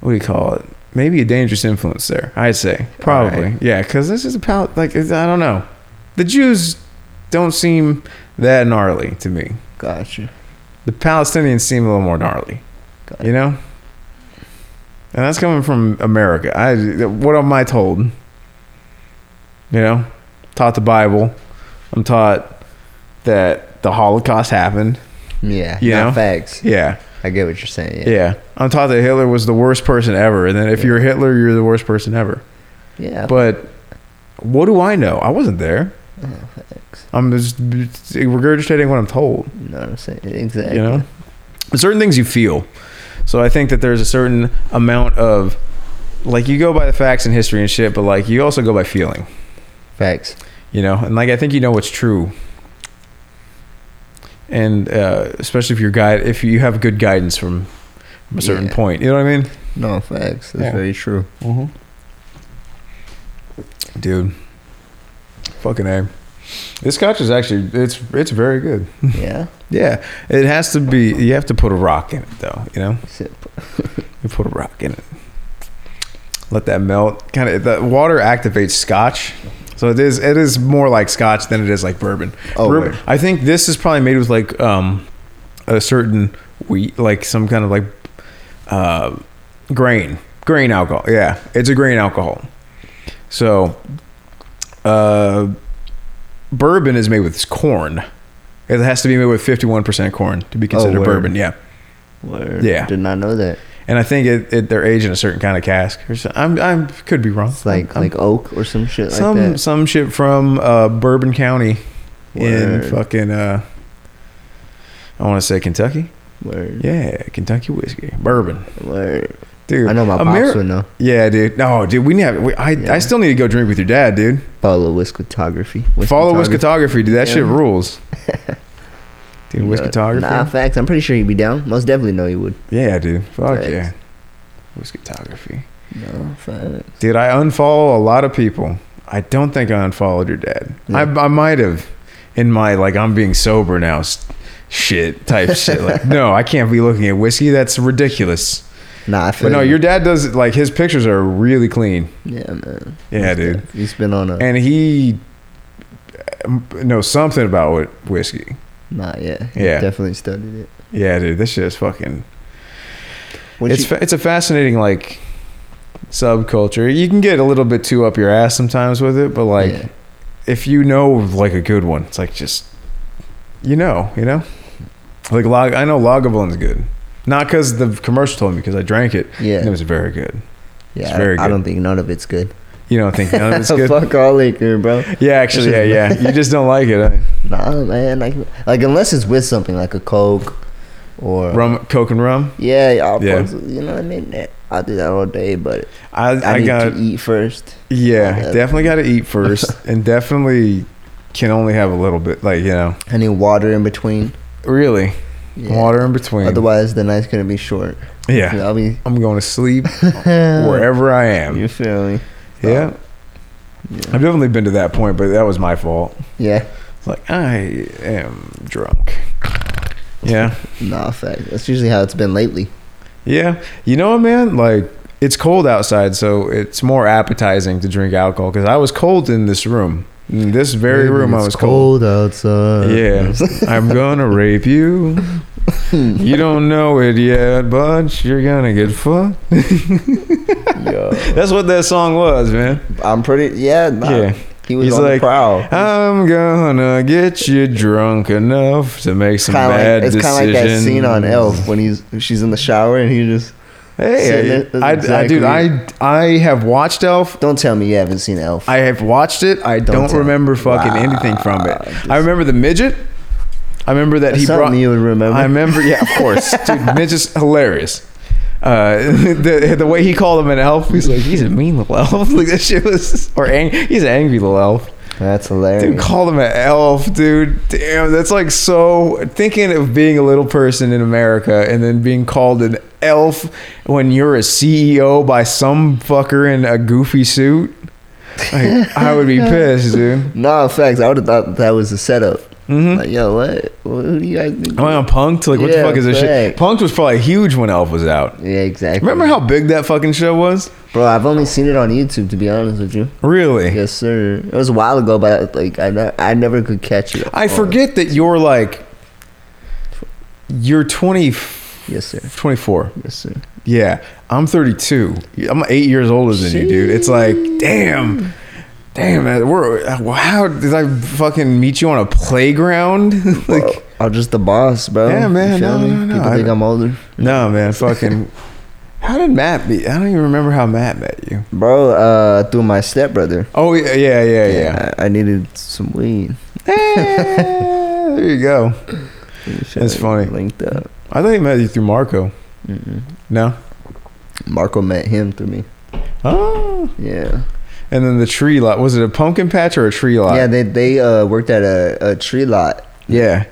S1: what do you call it? Maybe a dangerous influence there. I'd say probably,
S2: Alright.
S1: yeah, because this is a pal like it's, I don't know. The Jews don't seem that gnarly to me.
S2: Gotcha.
S1: The Palestinians seem a little more gnarly.
S2: Got
S1: You know? And that's coming from America. I what am I told? You know? Taught the Bible. I'm taught that the Holocaust happened.
S2: Yeah.
S1: You
S2: not
S1: know?
S2: facts.
S1: Yeah.
S2: I get what you're saying.
S1: Yeah. I'm taught that Hitler was the worst person ever and that if you're Hitler, you're the worst person ever.
S2: Yeah. yeah
S1: But what do I know? I wasn't there.
S2: facts.
S1: I'm just regurgitating what I'm told.
S2: You know what I'm saying? Exactly.
S1: you know certain things you feel so i think that there's a certain amount of like you go by the facts and history and shit but like you also go by feeling
S2: Facts.
S1: you know and like i think you know what's true and uh, especially if you're guide if you have good guidance from, from a certain
S2: Yeah.
S1: point you know what i mean
S2: No, facts. That's
S1: Yeah.
S2: very true.
S1: mm-hmm. dude fucking a this scotch is actually it's it's very good
S2: Yeah.
S1: (laughs) yeah it has to be you have to put a rock in it though you know
S2: Simple.
S1: You put a rock in it. Let that melt. Kind of the water activates scotch. So it is it is more like scotch than it is like bourbon.
S2: Oh,
S1: bourbon
S2: wait.
S1: I think this is probably made with like um a certain wheat like some kind of like uh grain. Grain alcohol. Yeah. It's a grain alcohol. So uh bourbon is made with corn. It has to be made with 51% corn to be considered
S2: Oh, word.
S1: bourbon. Yeah.
S2: Word.
S1: Yeah.
S2: Did not know that.
S1: and I think it, it they're aged in a certain kind of cask. Or so, I'm I'm could be wrong.
S2: It's like
S1: I'm-
S2: like oak or some shit
S1: some
S2: like that.
S1: some shit from uh, Bourbon County in
S2: Word.
S1: fucking uh, I want to say Kentucky.
S2: Word.
S1: Yeah, Kentucky whiskey, bourbon,
S2: Word.
S1: dude.
S2: I know my
S1: Ameri-
S2: pops would know.
S1: Yeah, dude. No, dude. We need. to have- We, I
S2: Yeah.
S1: I still need to go drink with your dad, dude.
S2: Follow whiskotography.
S1: Follow whiskotography, dude. That
S2: Yeah.
S1: shit
S2: (laughs)
S1: rules. Dude, whiskotography.
S2: Nah, facts. I'm pretty sure he'd be down. Most definitely know he would.
S1: Yeah, dude. Fuck
S2: Facts.
S1: yeah. Whiskotography.
S2: No, facts.
S1: Dude, I unfollow a lot of people. I don't think I unfollowed your dad. I, I might have in my like I'm being sober now s- shit (laughs) type shit. Like, no, I can't be looking at whiskey. That's ridiculous.
S2: Nah, I feel
S1: But no,
S2: you.
S1: your dad does like his pictures are really clean.
S2: Yeah, man.
S1: Yeah, dude.
S2: He's been on a
S1: And he um, knows something about what whiskey.
S2: nah, yeah.
S1: Yeah.
S2: Definitely studied it.
S1: Yeah, dude, this shit is fucking.
S2: When
S1: it's
S2: she-
S1: fa- it's a fascinating like subculture. You can get a little bit too up your ass sometimes with it, but like.
S2: yeah.
S1: if you know like a good one, it's like just you know, you know. Like log, I know Lagavulin's good, not because the commercial told me, because I drank it.
S2: Yeah.
S1: and it was very good.
S2: yeah,
S1: it's
S2: I-
S1: very
S2: I,
S1: good.
S2: don't think none of it's good.
S1: You don't think none of
S2: (laughs)
S1: it's good?
S2: Fuck all liquor, bro.
S1: Yeah, actually, yeah, yeah. You just don't like it. huh?
S2: (laughs) Nah, man. Like, like unless it's with something like a coke or
S1: Rum, Coke and rum.
S2: Yeah, I'll
S1: Yeah.
S2: post- you know what I mean. I'll do that all day, but
S1: I,
S2: I,
S1: I,
S2: need
S1: got,
S2: to eat first.
S1: yeah,
S2: Yeah.
S1: definitely got to
S2: (laughs)
S1: eat first, and definitely can only have a little bit. Like you know,
S2: I need water in between.
S1: really,
S2: Yeah.
S1: water in between.
S2: Otherwise, the night's gonna be short.
S1: yeah, (laughs)
S2: I'll be
S1: I'm going to sleep wherever I am.
S2: You feel me?
S1: Yeah. I've definitely been to that point, but that was my fault.
S2: Yeah.
S1: It's like I am drunk. Yeah.
S2: Nah, fact. That's usually how it's been lately.
S1: Yeah. You know what, man? Like, it's cold outside, so it's more appetizing to drink alcohol because I was cold in this room. In this very room, I was cold.
S2: outside.
S1: Yeah. I'm going to rape you. You don't know it yet, but you're going to get fucked.
S2: (laughs) Yo,
S1: That's what that song was, man.
S2: I'm pretty. Yeah. Nah.
S1: Yeah.
S2: He was
S1: He's
S2: on
S1: like,
S2: the prowl.
S1: I'm gonna get you drunk enough to make some
S2: Kinda
S1: bad
S2: like, it's kind of like
S1: decisions.
S2: that scene on Elf when he's she's in the shower and he just Sitting
S1: Hey,
S2: there, that's
S1: I, I, dude, I
S2: exactly-
S1: I have watched Elf.
S2: don't tell me you haven't seen Elf.
S1: I have watched it. I
S2: Don't
S1: don't,
S2: tell me.
S1: remember fucking
S2: Wow.
S1: anything from it.
S2: Just-
S1: I remember the midget. I remember that
S2: That's
S1: he
S2: something
S1: brought.
S2: you would remember.
S1: I remember, yeah, of
S2: (laughs)
S1: course, dude. Midget's hilarious. Uh, (laughs) the the way he called him an elf, he's like, he's a mean little elf. (laughs) Like that shit was, or ang- he's an angry little elf.
S2: That's hilarious.
S1: Dude, call him an elf, dude. Damn, that's like so thinking of being a little person in America and then being called an elf when you're a CEO by some fucker in a goofy suit. Like, I would be pissed, dude.
S2: no, facts. I would have thought that was a setup.
S1: Mhm.
S2: Like, yo, what? what? Who do you guys think?
S1: Am I on Punked? Like, what the
S2: Yeah,
S1: fuck is this shit?
S2: fact.
S1: Punked was probably huge when Elf was out.
S2: yeah, exactly.
S1: Remember how big that fucking show was?
S2: bro? I've only seen it on YouTube. To be honest with you,
S1: Really?
S2: yes, sir. It was a while ago, but like I, ne- I never could catch it.
S1: I
S2: on-
S1: forget that you're like, you're 20,
S2: Oh, Yes, sir.
S1: 24.
S2: Yes, sir.
S1: Yeah, I'm 32. I'm eight years older than you, dude. It's like, damn, damn, man, we're how did I fucking meet you on a playground? (laughs)
S2: Bro,
S1: like,
S2: I'm just the boss, bro.
S1: Yeah,
S2: You
S1: man,
S2: feel
S1: no,
S2: me?
S1: no, no,
S2: People
S1: I-
S2: think I'm older,
S1: no, man, fucking. How did Matt meet? I don't even remember how Matt met you.
S2: bro. Uh, through my stepbrother.
S1: Oh yeah, yeah, yeah, yeah.
S2: I, I needed some weed.
S1: Eh, (laughs) there you go.
S2: You feel
S1: That's
S2: me?
S1: funny.
S2: Linked up.
S1: I thought he met you through Marco.
S2: Mm-mm.
S1: No.
S2: Marco met him through me.
S1: Oh.
S2: Yeah.
S1: And then the tree lot. Was it a pumpkin patch or a tree lot?
S2: Yeah, they they uh, worked at a, a tree lot,
S1: Yeah.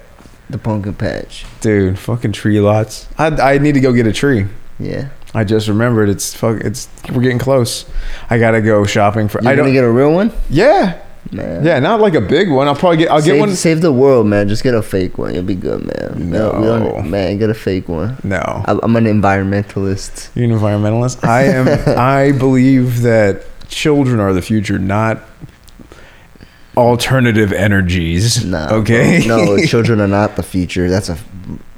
S2: the pumpkin patch.
S1: Dude, fucking tree lots. I I need to go get a tree.
S2: Yeah,
S1: I just remembered it's fuck. It's we're getting close. I gotta go shopping for.
S2: you're
S1: I
S2: gonna
S1: don't.
S2: get a real one,
S1: yeah,
S2: man.
S1: yeah, not like a big one. I'll probably get. I'll
S2: save,
S1: get one.
S2: Save the world, man. Just get a fake one. You'll be good, man. we
S1: No.
S2: don't, man. Get a fake one.
S1: No,
S2: I- I'm an environmentalist.
S1: you're an environmentalist. I
S2: (laughs)
S1: am. I believe that children are the future, not alternative energies.
S2: Nah.
S1: Okay.
S2: bro. no, children are not the future. That's a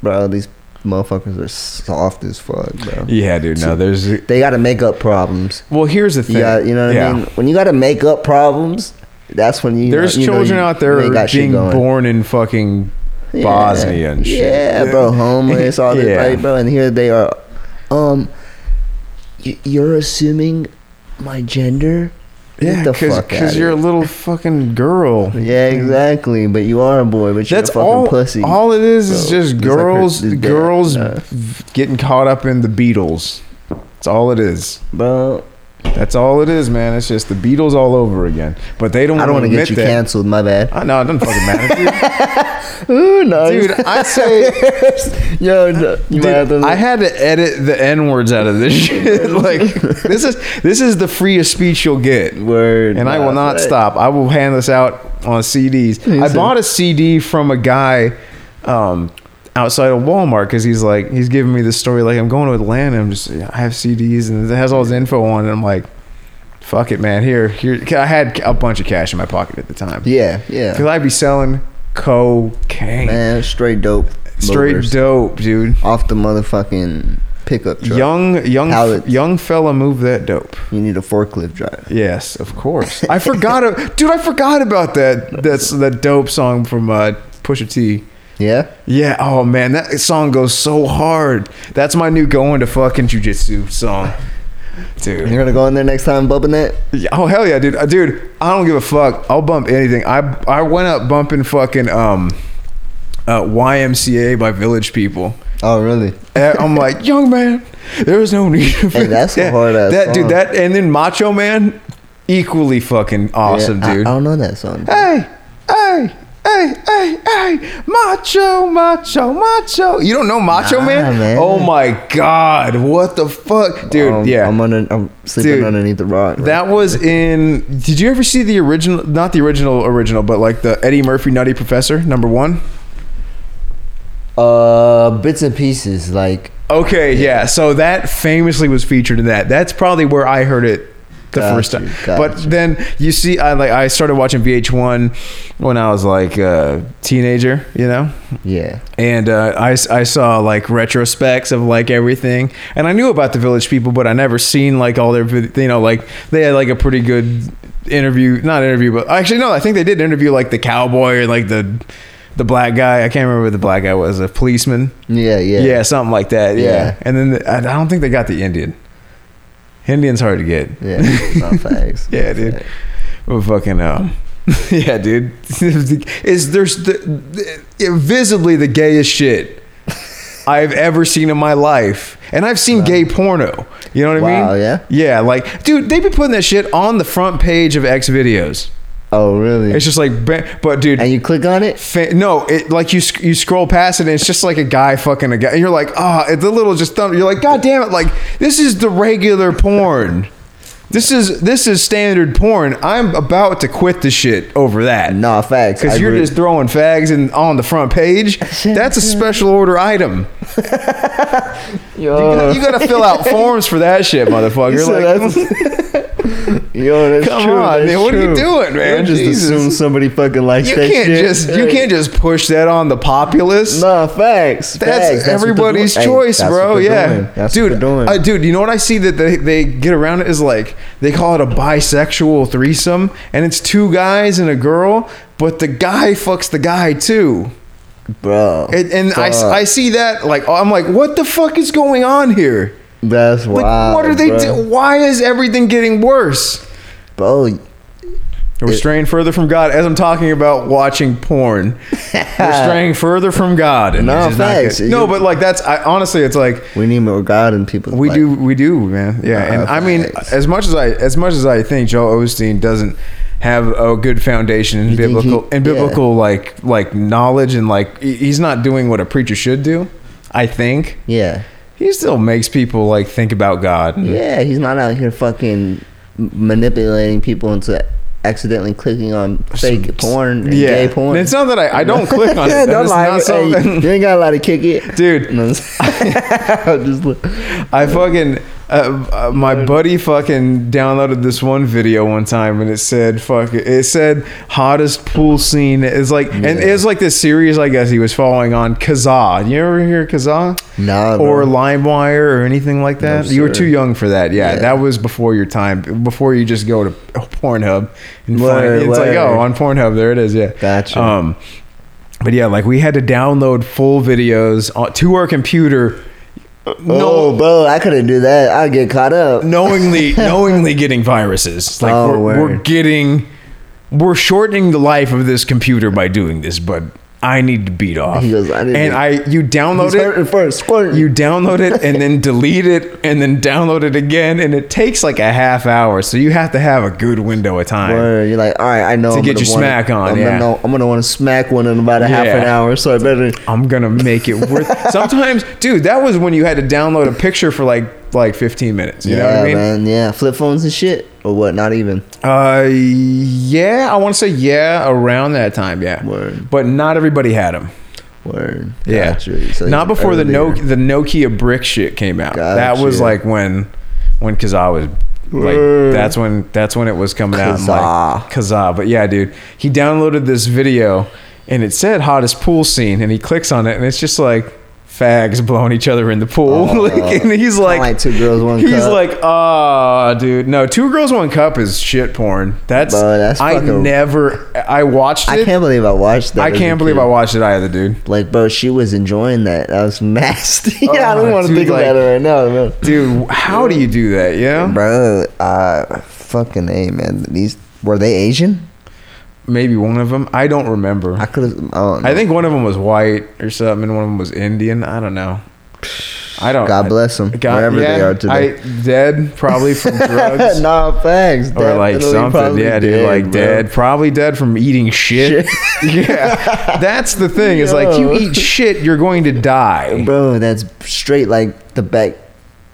S2: bro. These motherfuckers are soft as fuck, bro.
S1: (laughs) yeah, dude. No, there's.
S2: They got to make up problems.
S1: Well, here's the thing.
S2: You got, you know what I mean? When you got to make up problems, that's when you.
S1: There's
S2: you know
S1: children
S2: you-
S1: out there
S2: you ain't got shit
S1: being
S2: going.
S1: born in fucking
S2: Yeah.
S1: Bosnia and shit.
S2: Yeah, bro, homeless, all
S1: (laughs)
S2: that,
S1: Yeah.
S2: right, bro? And here they are. Um, y- you're assuming my gender. Get
S1: yeah,
S2: the fuck
S1: because
S2: outta
S1: you're a
S2: here.
S1: little fucking girl.
S2: Yeah, exactly. But you are a boy, but
S1: Mm-hmm.
S2: you're
S1: That's
S2: a fucking
S1: all.
S2: pussy.
S1: All it is is
S2: So,
S1: just
S2: it's like her-
S1: girls,
S2: it's bad.
S1: girls
S2: Uh.
S1: getting caught up in the Beatles. That's all it is.
S2: bro,
S1: That's all it is, man. It's just the Beatles all over again. But they don't.
S2: I don't want to get you
S1: that.
S2: canceled. My bad.
S1: I know it doesn't fucking matter,
S2: Ooh, no,
S1: dude.
S2: (laughs)
S1: dude I say,
S2: Yo, no, you might have
S1: dude,
S2: to.
S1: I had to edit the n words out of this (laughs) shit. like this is this is the freest speech you'll get.
S2: word,
S1: and I will
S2: nah,
S1: not
S2: but-
S1: stop. I will hand this out on CDs.
S2: Please
S1: I
S2: do.
S1: bought a CD from a guy um, outside of Walmart because he's like he's giving me this story like I'm going to Atlanta. I'm just I have CDs and it has all his info on it. I'm like, fuck it, man. Here, here. 'Cause I had a bunch of cash in my pocket at the time
S2: Yeah, yeah,
S1: because I'd be selling cocaine,
S2: man, straight dope,
S1: straight
S2: movers.
S1: dope, dude.
S2: off the motherfucking pickup truck.
S1: Young, young,
S2: Pallets.
S1: young fella, move that dope.
S2: You need a forklift drive.
S1: Yes, of course.
S2: (laughs)
S1: I forgot, a, dude. I forgot about that. That's that dope song from uh, Pusha T.
S2: Yeah,
S1: Yeah. Oh man, that song goes so hard. That's my new going to fucking jujitsu song. dude.
S2: You're gonna go in there next time, bumping that.
S1: Oh hell yeah, dude. Uh, Dude, I don't give a fuck. I'll bump anything. I I went up bumping fucking um uh, YMCA by Village People.
S2: Oh, really?
S1: And
S2: (laughs)
S1: I'm like, young man, there is no need. For
S2: Hey, that's
S1: (laughs)
S2: a
S1: that.
S2: hard-ass
S1: That
S2: song.
S1: dude, that and then Macho Man, equally fucking awesome,
S2: Yeah, I-
S1: dude.
S2: I, don't know that song.
S1: hey, hey, hey, hey, hey, macho, macho, macho. You don't know Macho
S2: Nah,
S1: man?
S2: man.
S1: Oh my god, what the fuck, dude?
S2: Um,
S1: yeah,
S2: I'm under, I'm sleeping
S1: Dude,
S2: underneath the rock. right?
S1: that was in. Did you ever see the original? Not the original, original, but like the Eddie Murphy Nutty Professor number one.
S2: uh, bits and pieces. Like
S1: Okay, yeah. So that famously was featured in that. That's probably where I heard it the
S2: Got
S1: first
S2: you,
S1: time.
S2: got
S1: but
S2: you.
S1: then you see, I like I started watching VH1 when I was like a teenager, you know,
S2: yeah,
S1: and uh, I I saw like retrospects of like everything, and I knew about the Village People, but I never seen like all their vid- you know like they had like a pretty good interview, not interview, but actually no, I think they did interview like the cowboy or like the the black guy. I can't remember what the black guy was, a policeman.
S2: yeah, yeah,
S1: Yeah, something like that. Yeah.
S2: Yeah.
S1: And then the, I I don't think they got the Indian. Indian's hard to get.
S2: yeah.
S1: (laughs)
S2: it's not facts.
S1: Yeah, dude. But fucking um, (laughs) yeah, dude. (laughs) Is there's the, the, visibly the gayest shit
S2: (laughs)
S1: I've ever seen in my life, and I've seen gay porno. You know what I mean?
S2: Wow, yeah?
S1: Yeah, like dude, they be putting that shit on the front page of X videos.
S2: Oh, really?
S1: It's just like, ba- but dude,
S2: and you click on it.
S1: Fa- no, it like you sc- you scroll past it and it's just like a guy fucking a guy. And you're like, ah, oh, the little just thumb. You're like, god damn it! Like this is the regular porn. This is this is standard porn. I'm about to quit the shit over that.
S2: Nah, facts.
S1: because
S2: I
S1: you're
S2: agree.
S1: just throwing fags and on the front page. That's a special order
S2: (laughs)
S1: item. You,
S2: yo,
S1: gotta- you gotta fill out forms for that shit, motherfucker.
S2: so
S1: like, (laughs)
S2: that's- (laughs) yo, that's
S1: Come
S2: true.
S1: on,
S2: that's
S1: man, what are you
S2: true.
S1: doing, man?
S2: Don't just
S1: Jesus.
S2: assume somebody fucking likes
S1: you
S2: that
S1: can't
S2: shit.
S1: just you can't just push that on the populace.
S2: Nah,
S1: That's,
S2: facts. facts. what they're
S1: everybody's
S2: doing. Hey,
S1: choice,
S2: that's what
S1: bro.
S2: they're
S1: Yeah,
S2: doing. That's
S1: dude.
S2: what they're doing.
S1: uh, dude, you know what I see that they, they get around it is like they call it a bisexual threesome, and it's two guys and a girl, but the guy fucks the guy too.
S2: bro.
S1: And, and I, s-
S2: Fuck.
S1: I see that like I'm like, what the fuck is going on here?
S2: That's
S1: Like,
S2: wild.
S1: what are they?
S2: bro.
S1: Do- Why is everything getting worse?
S2: bro?
S1: We're straying further from God as I'm talking about watching
S2: (laughs)
S1: porn. We're straying further from God. And
S2: No,
S1: it's just not
S2: facts.
S1: good. No,
S2: You-
S1: but like that's I, honestly, it's like
S2: We need more God in people's
S1: We
S2: life.
S1: do, we do, man. Yeah,
S2: Uh,
S1: and I mean,
S2: facts.
S1: as much as I, as much as I think Joel Osteen doesn't have a good foundation in
S2: You think
S1: biblical,
S2: he-
S1: in
S2: yeah.
S1: biblical like like knowledge, and like he- he's not doing what a preacher should do. I think
S2: Yeah,
S1: he still makes people like think about God.
S2: yeah. He's not out here fucking m- manipulating people into accidentally clicking on fake porn, and
S1: Yeah,
S2: gay porn.
S1: And it's not that I, I don't click
S2: (laughs)
S1: on it.
S2: Yeah,
S1: and
S2: don't
S1: it's
S2: lie.
S1: not
S2: Hey,
S1: something-
S2: you ain't got a lot to kick it,
S1: (laughs) Dude.
S2: No, I'm just- (laughs) I'm just look-
S1: I fucking uh, uh, my buddy fucking downloaded this one video one time and it said fuck it it said hottest pool scene is like and it was like this series I guess he was following on Kazaa. You ever hear Kazaa?
S2: Nah, bro. Oh,
S1: Or LimeWire or anything like that.
S2: No,
S1: you were
S2: sir.
S1: too young for that. Yeah,
S2: Yeah.
S1: that was before your time. Before you just go to Pornhub and find
S2: Word,
S1: it's like
S2: word.
S1: oh on Pornhub there it is. Yeah,
S2: Gotcha.
S1: Um, but yeah, like we had to download full videos on, to our computer.
S2: oh, bro, I couldn't do that. I'd get caught up. (laughs)
S1: knowingly knowingly getting viruses. Like
S2: Oh,
S1: we're,
S2: word.
S1: we're getting we're shortening the life of this computer by doing this, but I need to beat off.
S2: He goes, "I didn't
S1: and
S2: do-
S1: I you download
S2: He's
S1: it.
S2: hurting first, squirting.
S1: You download it and
S2: (laughs)
S1: then delete it and then download it again and it takes like a half hour, so you have to have a good window of time.
S2: Word. You're like, all right, I know.
S1: To
S2: I'm
S1: get
S2: gonna
S1: your
S2: wanna-
S1: smack on,
S2: I'm
S1: yeah.
S2: Gonna know, I'm gonna want to smack one in about a half an
S1: Yeah.
S2: hour, so I better.
S1: I'm gonna make it worth.
S2: (laughs)
S1: Sometimes, dude, that was when you had to download a picture for like like 15 minutes. You
S2: yeah,
S1: know what I mean?
S2: man. Yeah, flip phones and shit, or what? Not even.
S1: Uh, yeah, I want to say yeah around that time. Yeah,
S2: Word.
S1: but not everybody had them.
S2: Word.
S1: Yeah,
S2: Gotcha. So
S1: not before the no
S2: earlier.
S1: the Nokia brick shit came out. That was
S2: Gotcha.
S1: like when when Kazaa was like
S2: Word.
S1: that's when that's when it was coming out. and, like,
S2: Kazaa.
S1: Kazaa, but yeah, dude, he downloaded this video and it said hottest pool scene, and he clicks on it, and it's just like. fags blowing each other in the pool. (laughs)
S2: Oh,
S1: like, and he's
S2: kinda
S1: like,
S2: like Two Girls, One
S1: he's
S2: Cup.
S1: like, ah, dude, no, two girls, one cup is shit porn. That's,
S2: Bro, that's
S1: I
S2: fucking-
S1: never, I watched it.
S2: I can't believe I watched that.
S1: I
S2: as a
S1: can't believe
S2: kid.
S1: I watched it either, dude.
S2: Like, bro, she was enjoying that. That was (laughs) nasty. I
S1: Oh,
S2: don't want to
S1: dude,
S2: think
S1: like-
S2: about it right now, man. (laughs)
S1: Dude, how do you do that? Yeah,
S2: Bro, uh, fucking a man. These were they Asian?
S1: maybe one of them. I don't remember.
S2: I could have. I don't know.
S1: I think one of them was white or something, and one of them was Indian. I don't know. I don't.
S2: God bless 'em,
S1: God-
S2: wherever they are today.
S1: I, dead, probably
S2: (laughs)
S1: from drugs.
S2: nah, facts.
S1: Or like
S2: Definitely
S1: something,
S2: probably
S1: yeah, dude. like
S2: bro.
S1: dead, probably dead from eating shit. (laughs) yeah, that's the thing. Is like you
S2: Yo.
S1: eat shit, you're going to die.
S2: bro. That's straight like the back,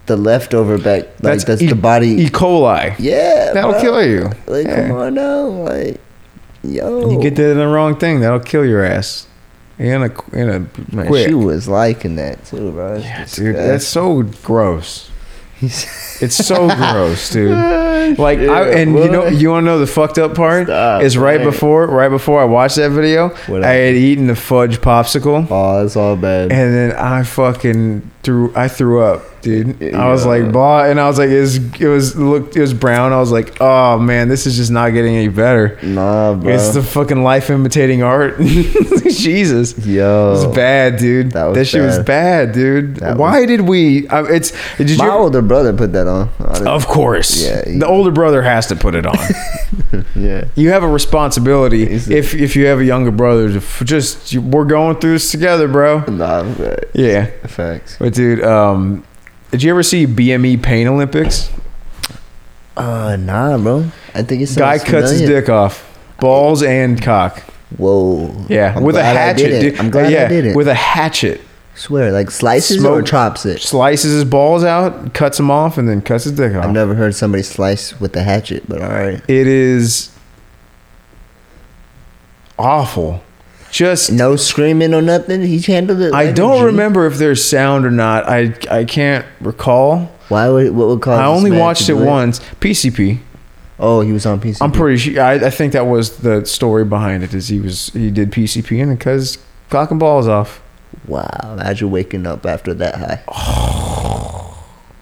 S2: the leftover back. Like that's,
S1: E-
S2: the body.
S1: E. coli.
S2: yeah,
S1: That'll
S2: bro.
S1: kill you.
S2: Like,
S1: Yeah.
S2: come on now, like, yo.
S1: You get that in the wrong thing, that'll kill your ass. In a in a
S2: Man,
S1: quick.
S2: she was liking that too, bro. It's
S1: Yeah, dude,
S2: disgusting.
S1: that's so gross.
S2: He's-
S1: It's so gross, dude. Like, I,
S2: Yeah,
S1: and you know,
S2: what?
S1: you want to know the fucked up part
S2: Stop,
S1: is right
S2: man.
S1: before, right before I watched that video,
S2: What
S1: I had eaten the fudge popsicle,
S2: (laughs) oh, it's all bad.
S1: and then I fucking threw, I threw up, dude.
S2: Yeah.
S1: I was like, bah, and I was like, it was, it was looked, it was brown. I was like, oh man, this is just not getting any better.
S2: nah, bro.
S1: It's the fucking life imitating art. (laughs) Jesus.
S2: yo,
S1: It was bad, dude.
S2: Oh, That
S1: That,
S2: was
S1: shit was bad, dude.
S2: That
S1: Why did we? I, it's did you?
S2: My older brother put that on. I didn't-
S1: Of course.
S2: Yeah, he-
S1: the older brother has to put it
S2: (laughs)
S1: on.
S2: yeah.
S1: you have a responsibility
S2: He's-
S1: if if you have a younger brother to f- just you, we're going through this together, bro.
S2: Nah, but
S1: Yeah.
S2: facts.
S1: But dude, um did you ever see BME Pain Olympics?
S2: Uh, nah, bro. I think it's
S1: Guy cuts his dick off. Balls and cock.
S2: Whoa.
S1: Yeah,
S2: I'm
S1: with a
S2: glad I
S1: hatchet.
S2: did it.
S1: dude.
S2: I'm glad
S1: yeah,
S2: I did it.
S1: With a hatchet,
S2: Swear, like slices or
S1: Smoke.
S2: chops it.
S1: slices his balls out, cuts him off, and then cuts his dick off.
S2: I've never heard somebody slice with a hatchet, but all right.
S1: It is awful. Just
S2: No screaming or nothing. He handled it. like
S1: I
S2: a
S1: don't
S2: G.
S1: remember if there's sound or not. I I can't recall.
S2: Why would what would cause?
S1: I
S2: Oh, this
S1: only
S2: man to
S1: watched it
S2: do
S1: once. PCP.
S2: Oh, he was on PC.
S1: I'm pretty sure. I, I think that was the story behind it. Is he was he did PCP and because cock and balls off.
S2: Wow, imagine waking up after that high.
S1: (sighs)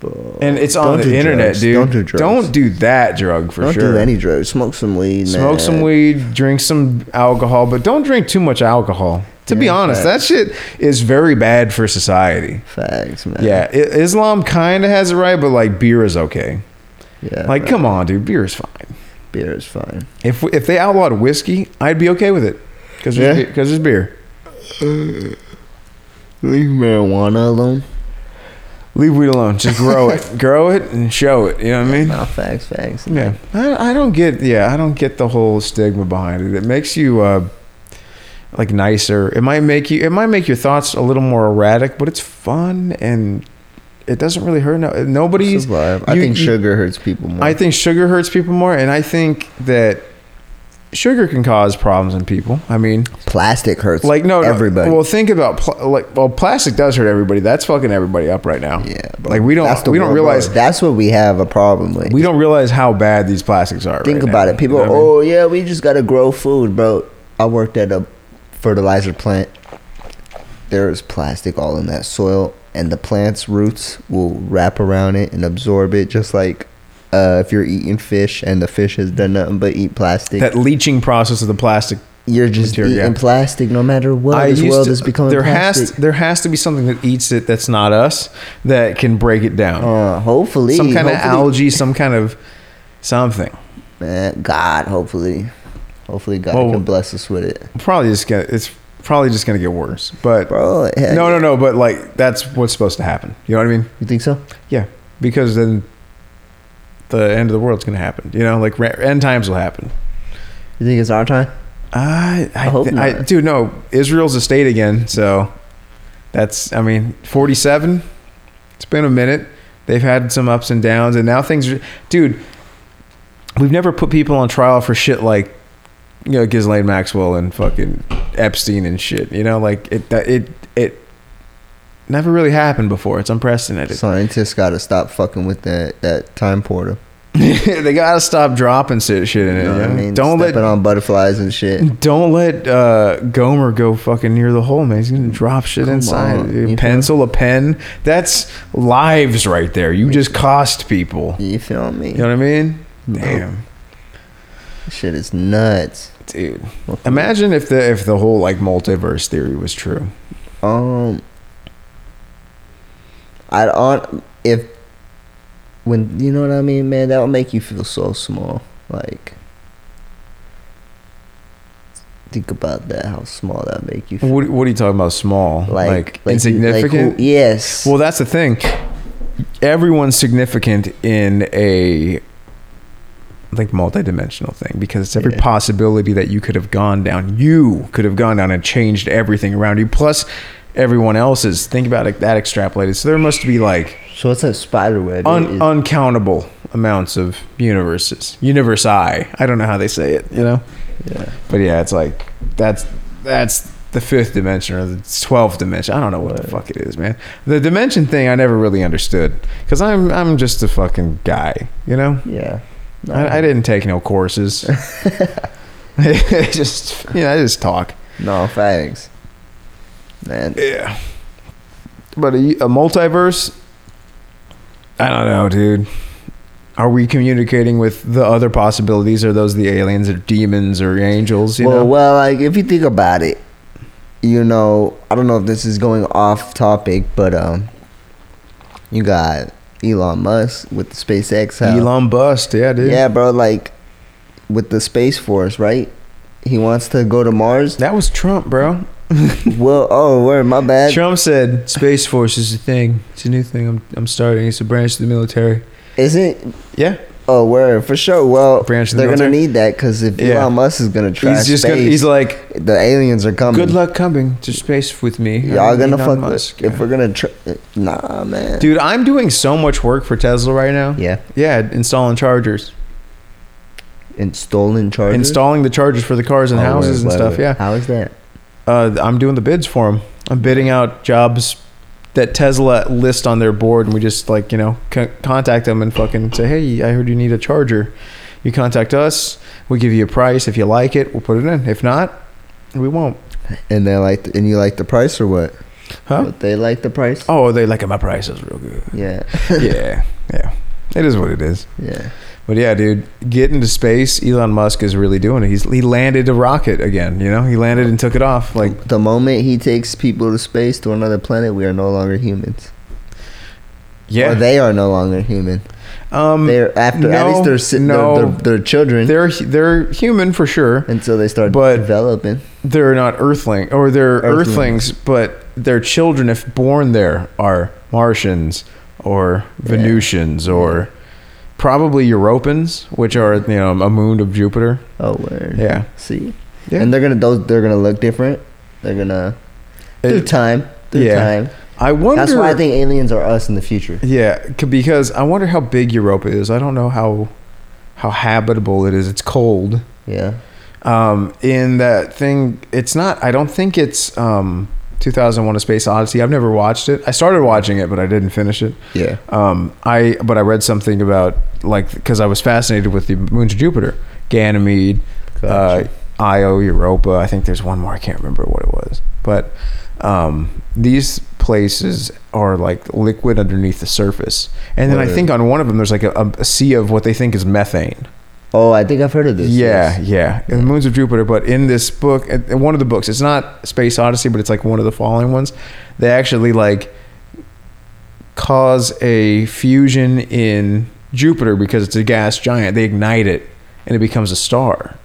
S2: Bro,
S1: And it's on
S2: don't do
S1: the internet,
S2: drugs.
S1: dude.
S2: Don't do drugs.
S1: Don't do that drug for
S2: Don't
S1: sure.
S2: do any drugs. Smoke some weed.
S1: Smoke some
S2: man.
S1: weed, drink some alcohol, but don't drink too much alcohol. To be
S2: Yeah,
S1: honest, that shit is very bad for society.
S2: Facts, man.
S1: Yeah, I- Islam kind of has it right, but like beer is okay.
S2: yeah.
S1: Like,
S2: bro.
S1: come on, dude, beer is fine.
S2: beer is fine.
S1: If we- if they outlawed whiskey, I'd be okay with it because there's,
S2: Yeah.
S1: be- 'cause there's beer.
S2: Leave marijuana alone.
S1: Leave weed alone. Just grow (laughs) it, grow it, and show it. You know what I mean?
S2: Nah, facts, facts.
S1: Yeah, I, I don't get. Yeah, I don't get the whole stigma behind it. It makes you uh, like nicer. It might make you. It might make your thoughts a little more erratic, but it's fun and it doesn't really hurt. No, nobody's.
S2: It's alive. I
S1: you-
S2: think
S1: you-
S2: sugar hurts people more.
S1: I think sugar hurts people more, and I think that sugar can cause problems in people. I mean,
S2: Plastic hurts.
S1: like no, no,
S2: everybody.
S1: Well, think about pl- like well, plastic does hurt everybody. That's fucking everybody up right now.
S2: yeah.
S1: like we don't we don't
S2: world, bro.
S1: realize
S2: that's what we have a problem with.
S1: we don't realize how bad these plastics are.
S2: Think
S1: right
S2: about
S1: now.
S2: it. People,
S1: You know what I mean?
S2: oh yeah, we just gotta grow food, bro. I worked at a fertilizer plant. There is plastic all in that soil, and the plant's roots will wrap around it and absorb it, just like uh, if you're eating fish and the fish has done nothing but eat plastic.
S1: that leaching process of the plastic.
S2: you're just
S1: material,
S2: eating
S1: yeah.
S2: plastic, no matter what.
S1: I
S2: this
S1: used
S2: world
S1: to-
S2: is becoming
S1: there
S2: plastic.
S1: has there has to be something that eats it that's not us that can break it down.
S2: uh, hopefully,
S1: some kind of
S2: hopefully-
S1: algae, some kind of something.
S2: Man, God, hopefully, hopefully God
S1: Well-
S2: can bless us with it,
S1: Probably just gonna it's probably just gonna get worse. But
S2: bro. heck,
S1: no, no, no. But like that's what's supposed to happen. You know what I mean?
S2: You think so?
S1: Yeah, because then the end of the world's gonna happen. You know, like ra- end times will happen.
S2: You think it's our time?
S1: I, I,
S2: hope
S1: th- I-
S2: not.
S1: dude, no, Israel's a state again. So that's, I mean, forty-seven. It's been a minute. They've had some ups and downs, and now things, are, dude. We've never put people on trial for shit like, you know, Ghislaine Maxwell and fucking Epstein and shit. You know, like it, that- it, it never really happened before. It's unprecedented.
S2: Scientists got to stop fucking with that that time portal.
S1: (laughs) they gotta stop dropping shit, shit in it.
S2: You know
S1: yeah?
S2: what I mean?
S1: Don't let
S2: Stepping on butterflies and shit.
S1: don't let uh, Gomer go fucking near the hole, man. He's gonna drop shit
S2: Come
S1: inside.
S2: on,
S1: A
S2: you know?
S1: pencil, a pen. That's lives right there. You just cost people.
S2: You feel me?
S1: You know what I mean? Damn,
S2: Shit is nuts.
S1: dude. Imagine if the if the whole like multiverse theory was true.
S2: Um, I'd on if when you know what I mean, man. That would make you feel so small. Like, think about that. How small that would make you feel.
S1: What, what are you talking about? Small, like,
S2: you-
S1: insignificant.
S2: who- yes.
S1: Well, that's the thing. Everyone's significant in a like multidimensional thing because it's every
S2: Yeah.
S1: possibility that you could have gone down. You could have gone down and changed everything around you. Plus, everyone else's. Think about it. That extrapolated. So there must be like
S2: so it's a spider web.
S1: un- uncountable amounts of universes. Universe I. I don't know how they say it. You know.
S2: yeah.
S1: But yeah, it's like that's that's the fifth dimension or the twelfth dimension. I don't know what the fuck it is, man. The dimension thing I never really understood because I'm I'm just a fucking guy, you know.
S2: Yeah. No,
S1: I, I didn't take no
S2: (laughs)
S1: courses. (laughs) I just you know, I just talk.
S2: No thanks, man.
S1: Yeah. But a, a multiverse, I don't know, dude. Are we communicating with the other possibilities? Are those the aliens or demons or angels? You
S2: well,
S1: know,
S2: well, like if you think about it, you know, I don't know if this is going off topic, but um, you got Elon Musk with the SpaceX. how-
S1: Elon bust, yeah, dude.
S2: yeah, bro, like with the space force, right? He wants to go to Mars.
S1: That was Trump, bro.
S2: well, oh, word, my bad.
S1: Trump said space force is a thing. It's a new thing. I'm I'm starting. It's a branch of the military.
S2: Isn't
S1: Yeah,
S2: oh, word for sure. Well,
S1: Branch of the
S2: they're gonna
S1: military?
S2: need that because if
S1: Yeah.
S2: Elon Musk is gonna try
S1: he's just
S2: space,
S1: gonna, he's like,
S2: the aliens are coming.
S1: good luck coming to space with me.
S2: Y'all
S1: I'm
S2: gonna
S1: Elon
S2: fuck
S1: Musk."
S2: with if we're gonna tr- nah, man.
S1: Dude, I'm doing so much work for Tesla right now.
S2: Yeah,
S1: Yeah, installing chargers,
S2: installing chargers.
S1: installing the chargers for the cars and
S2: Oh,
S1: houses
S2: word,
S1: and
S2: word,
S1: stuff.
S2: word. How is that?
S1: Yeah, uh, I'm doing the bids for them. I'm bidding out jobs that Tesla list on their board, and we just like you know con- contact them and fucking say, hey, I heard you need a charger. You contact us, we give you a price. If you like it, we'll put it in. If not, we won't.
S2: And they like, and you like the price or what?
S1: Huh?
S2: But they like the price.
S1: Oh, they like it. My price is real good.
S2: Yeah, (laughs)
S1: yeah, yeah. It is what it is.
S2: yeah.
S1: But yeah, dude, get into space. Elon Musk is really doing it. He's he landed a rocket again. You know, he landed and took it off. Like,
S2: The moment he takes people to space to another planet, we are no longer humans.
S1: yeah,
S2: or they are no longer human.
S1: um,
S2: They're after at
S1: no,
S2: least they're si-
S1: no.
S2: they're, they're, they're children
S1: they're they're human for sure.
S2: until they start
S1: but-
S2: developing.
S1: They're not Earthling or they're Earthlings,
S2: Earthlings.
S1: but their children, if born there, are Martians or Venusians or probably Europans, which are you know a moon of Jupiter.
S2: Oh, word.
S1: Yeah,
S2: See,
S1: Yeah.
S2: and they're gonna those they're gonna look different. They're gonna through
S1: It-
S2: time. Through
S1: yeah.
S2: time.
S1: I wonder.
S2: That's why I think aliens are us in the future.
S1: Yeah, c- because I wonder how big Europa is. I don't know how how habitable it is. It's cold.
S2: Yeah.
S1: Um, in that thing, it's not. I don't think it's um, 2001: A Space Odyssey. I've never watched it. I started watching it, but I didn't finish it.
S2: Yeah.
S1: Um, I but I read something about like because I was fascinated with the moons of Jupiter, Ganymede,
S2: Gotcha.
S1: uh, Io, Europa. I think there's one more. I can't remember what it was, but um, these places are like liquid underneath the surface, and then I
S2: Word.
S1: think on one of them there's like a, a sea of what they think is methane.
S2: Oh, I think I've heard of this.
S1: Yeah,
S2: yes.
S1: yeah. And the moons of Jupiter, but in this book, in in one of the books, it's not Space Odyssey, but it's like one of the following ones. They actually like cause a fusion in Jupiter because it's a gas giant. They ignite it and it becomes a star.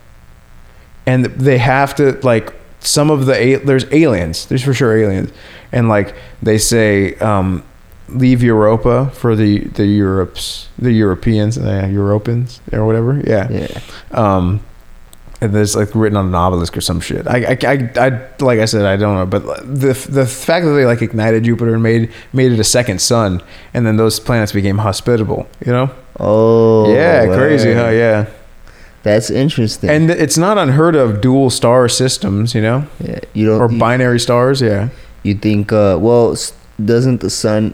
S1: And they have to like some of the a- there's aliens. There's for sure aliens. And like they say um leave Europa for the the Europe's the Europeans, uh, Europans or whatever.
S2: Yeah.
S1: Um, and there's like written on an obelisk or some shit. I, I, I, I- like I said, I don't know, but the the fact that they like ignited Jupiter and made made it a second sun, and then those planets became hospitable. You know?
S2: Oh.
S1: yeah,
S2: word.
S1: crazy, huh? Yeah.
S2: That's interesting.
S1: And it's not unheard of dual star systems, you know,
S2: yeah, you don't.
S1: or
S2: you-
S1: binary stars. Yeah.
S2: you think? Uh, well, s- doesn't the sun?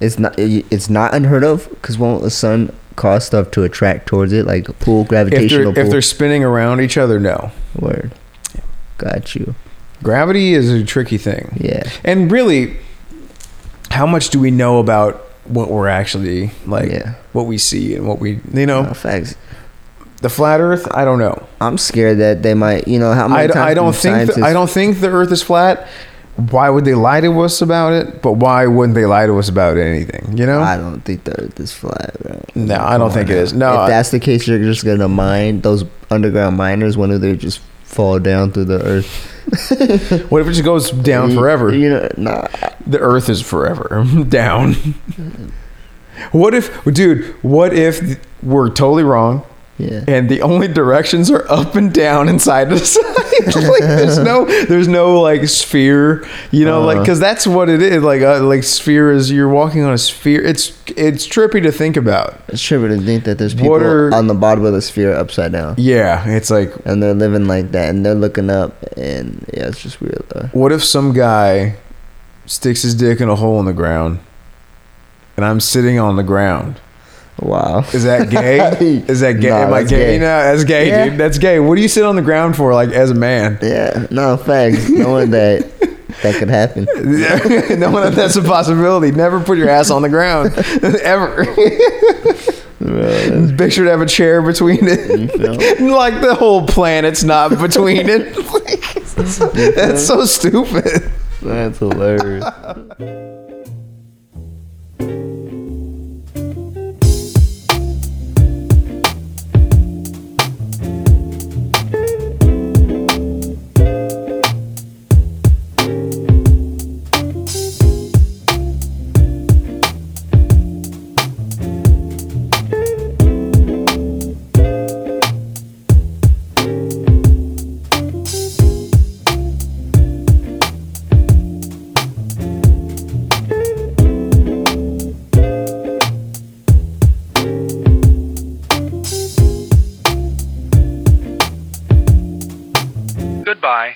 S2: It's not. it- It's not unheard of because won't the sun cause stuff to attract towards it, like a pull,
S1: If
S2: gravitational
S1: they're, if
S2: pull.
S1: they're spinning around each other, no.
S2: Word. Got you.
S1: Gravity is a tricky thing.
S2: Yeah.
S1: And really, how much do we know about what we're actually like,
S2: Yeah.
S1: what we see and what we, you know,
S2: Uh, facts.
S1: the flat Earth? I don't know.
S2: I'm scared that they might. You know how many
S1: I,
S2: times
S1: I don't
S2: do
S1: think the,
S2: scientists-
S1: I don't think the Earth is flat. Why would they lie to us about it? But why wouldn't they lie to us about anything? You know,
S2: I don't think the Earth is flat, bro.
S1: No, I don't
S2: Come
S1: think
S2: on
S1: it
S2: now.
S1: is. No, I-
S2: if that's the case, you're just gonna mine those underground miners. When do they just fall down through the Earth?
S1: what if it just goes down
S2: You-
S1: forever?
S2: You know, nah.
S1: The Earth is forever (laughs) down. what if, dude? What if we're totally wrong?
S2: Yeah.
S1: and the only directions are up and down and side to side. (laughs) like there's no, there's no like sphere, you know, like
S2: Uh-huh.
S1: because that's what it is. Like, uh, like sphere is you're walking on a sphere. It's it's trippy to think about.
S2: It's trippy to think that there's people
S1: Water-
S2: on the bottom of the sphere upside down,
S1: Yeah, it's like
S2: and they're living like that, and they're looking up, and yeah, it's just weird. Though.
S1: what if some guy sticks his dick in a hole in the ground, and I'm sitting on the ground.
S2: Wow.
S1: Is that
S2: (laughs)
S1: gay? Is that gay?
S2: Nah,
S1: Am I
S2: that's
S1: gay?
S2: gay.
S1: No, that's gay,
S2: Yeah.
S1: dude. That's gay. What do you sit on the ground for, like as a
S2: (laughs)
S1: man?
S2: Yeah. No facts. Knowing that that
S1: (laughs)
S2: could happen.
S1: no (laughs) one that's a possibility. Never put your ass on the ground (laughs)
S2: (laughs)
S1: ever. Picture to have a chair between it.
S2: You
S1: (laughs)
S2: feel?
S1: like the whole planet's not between
S2: (laughs)
S1: it. (laughs) that's so stupid.
S2: That's hilarious.
S3: Goodbye.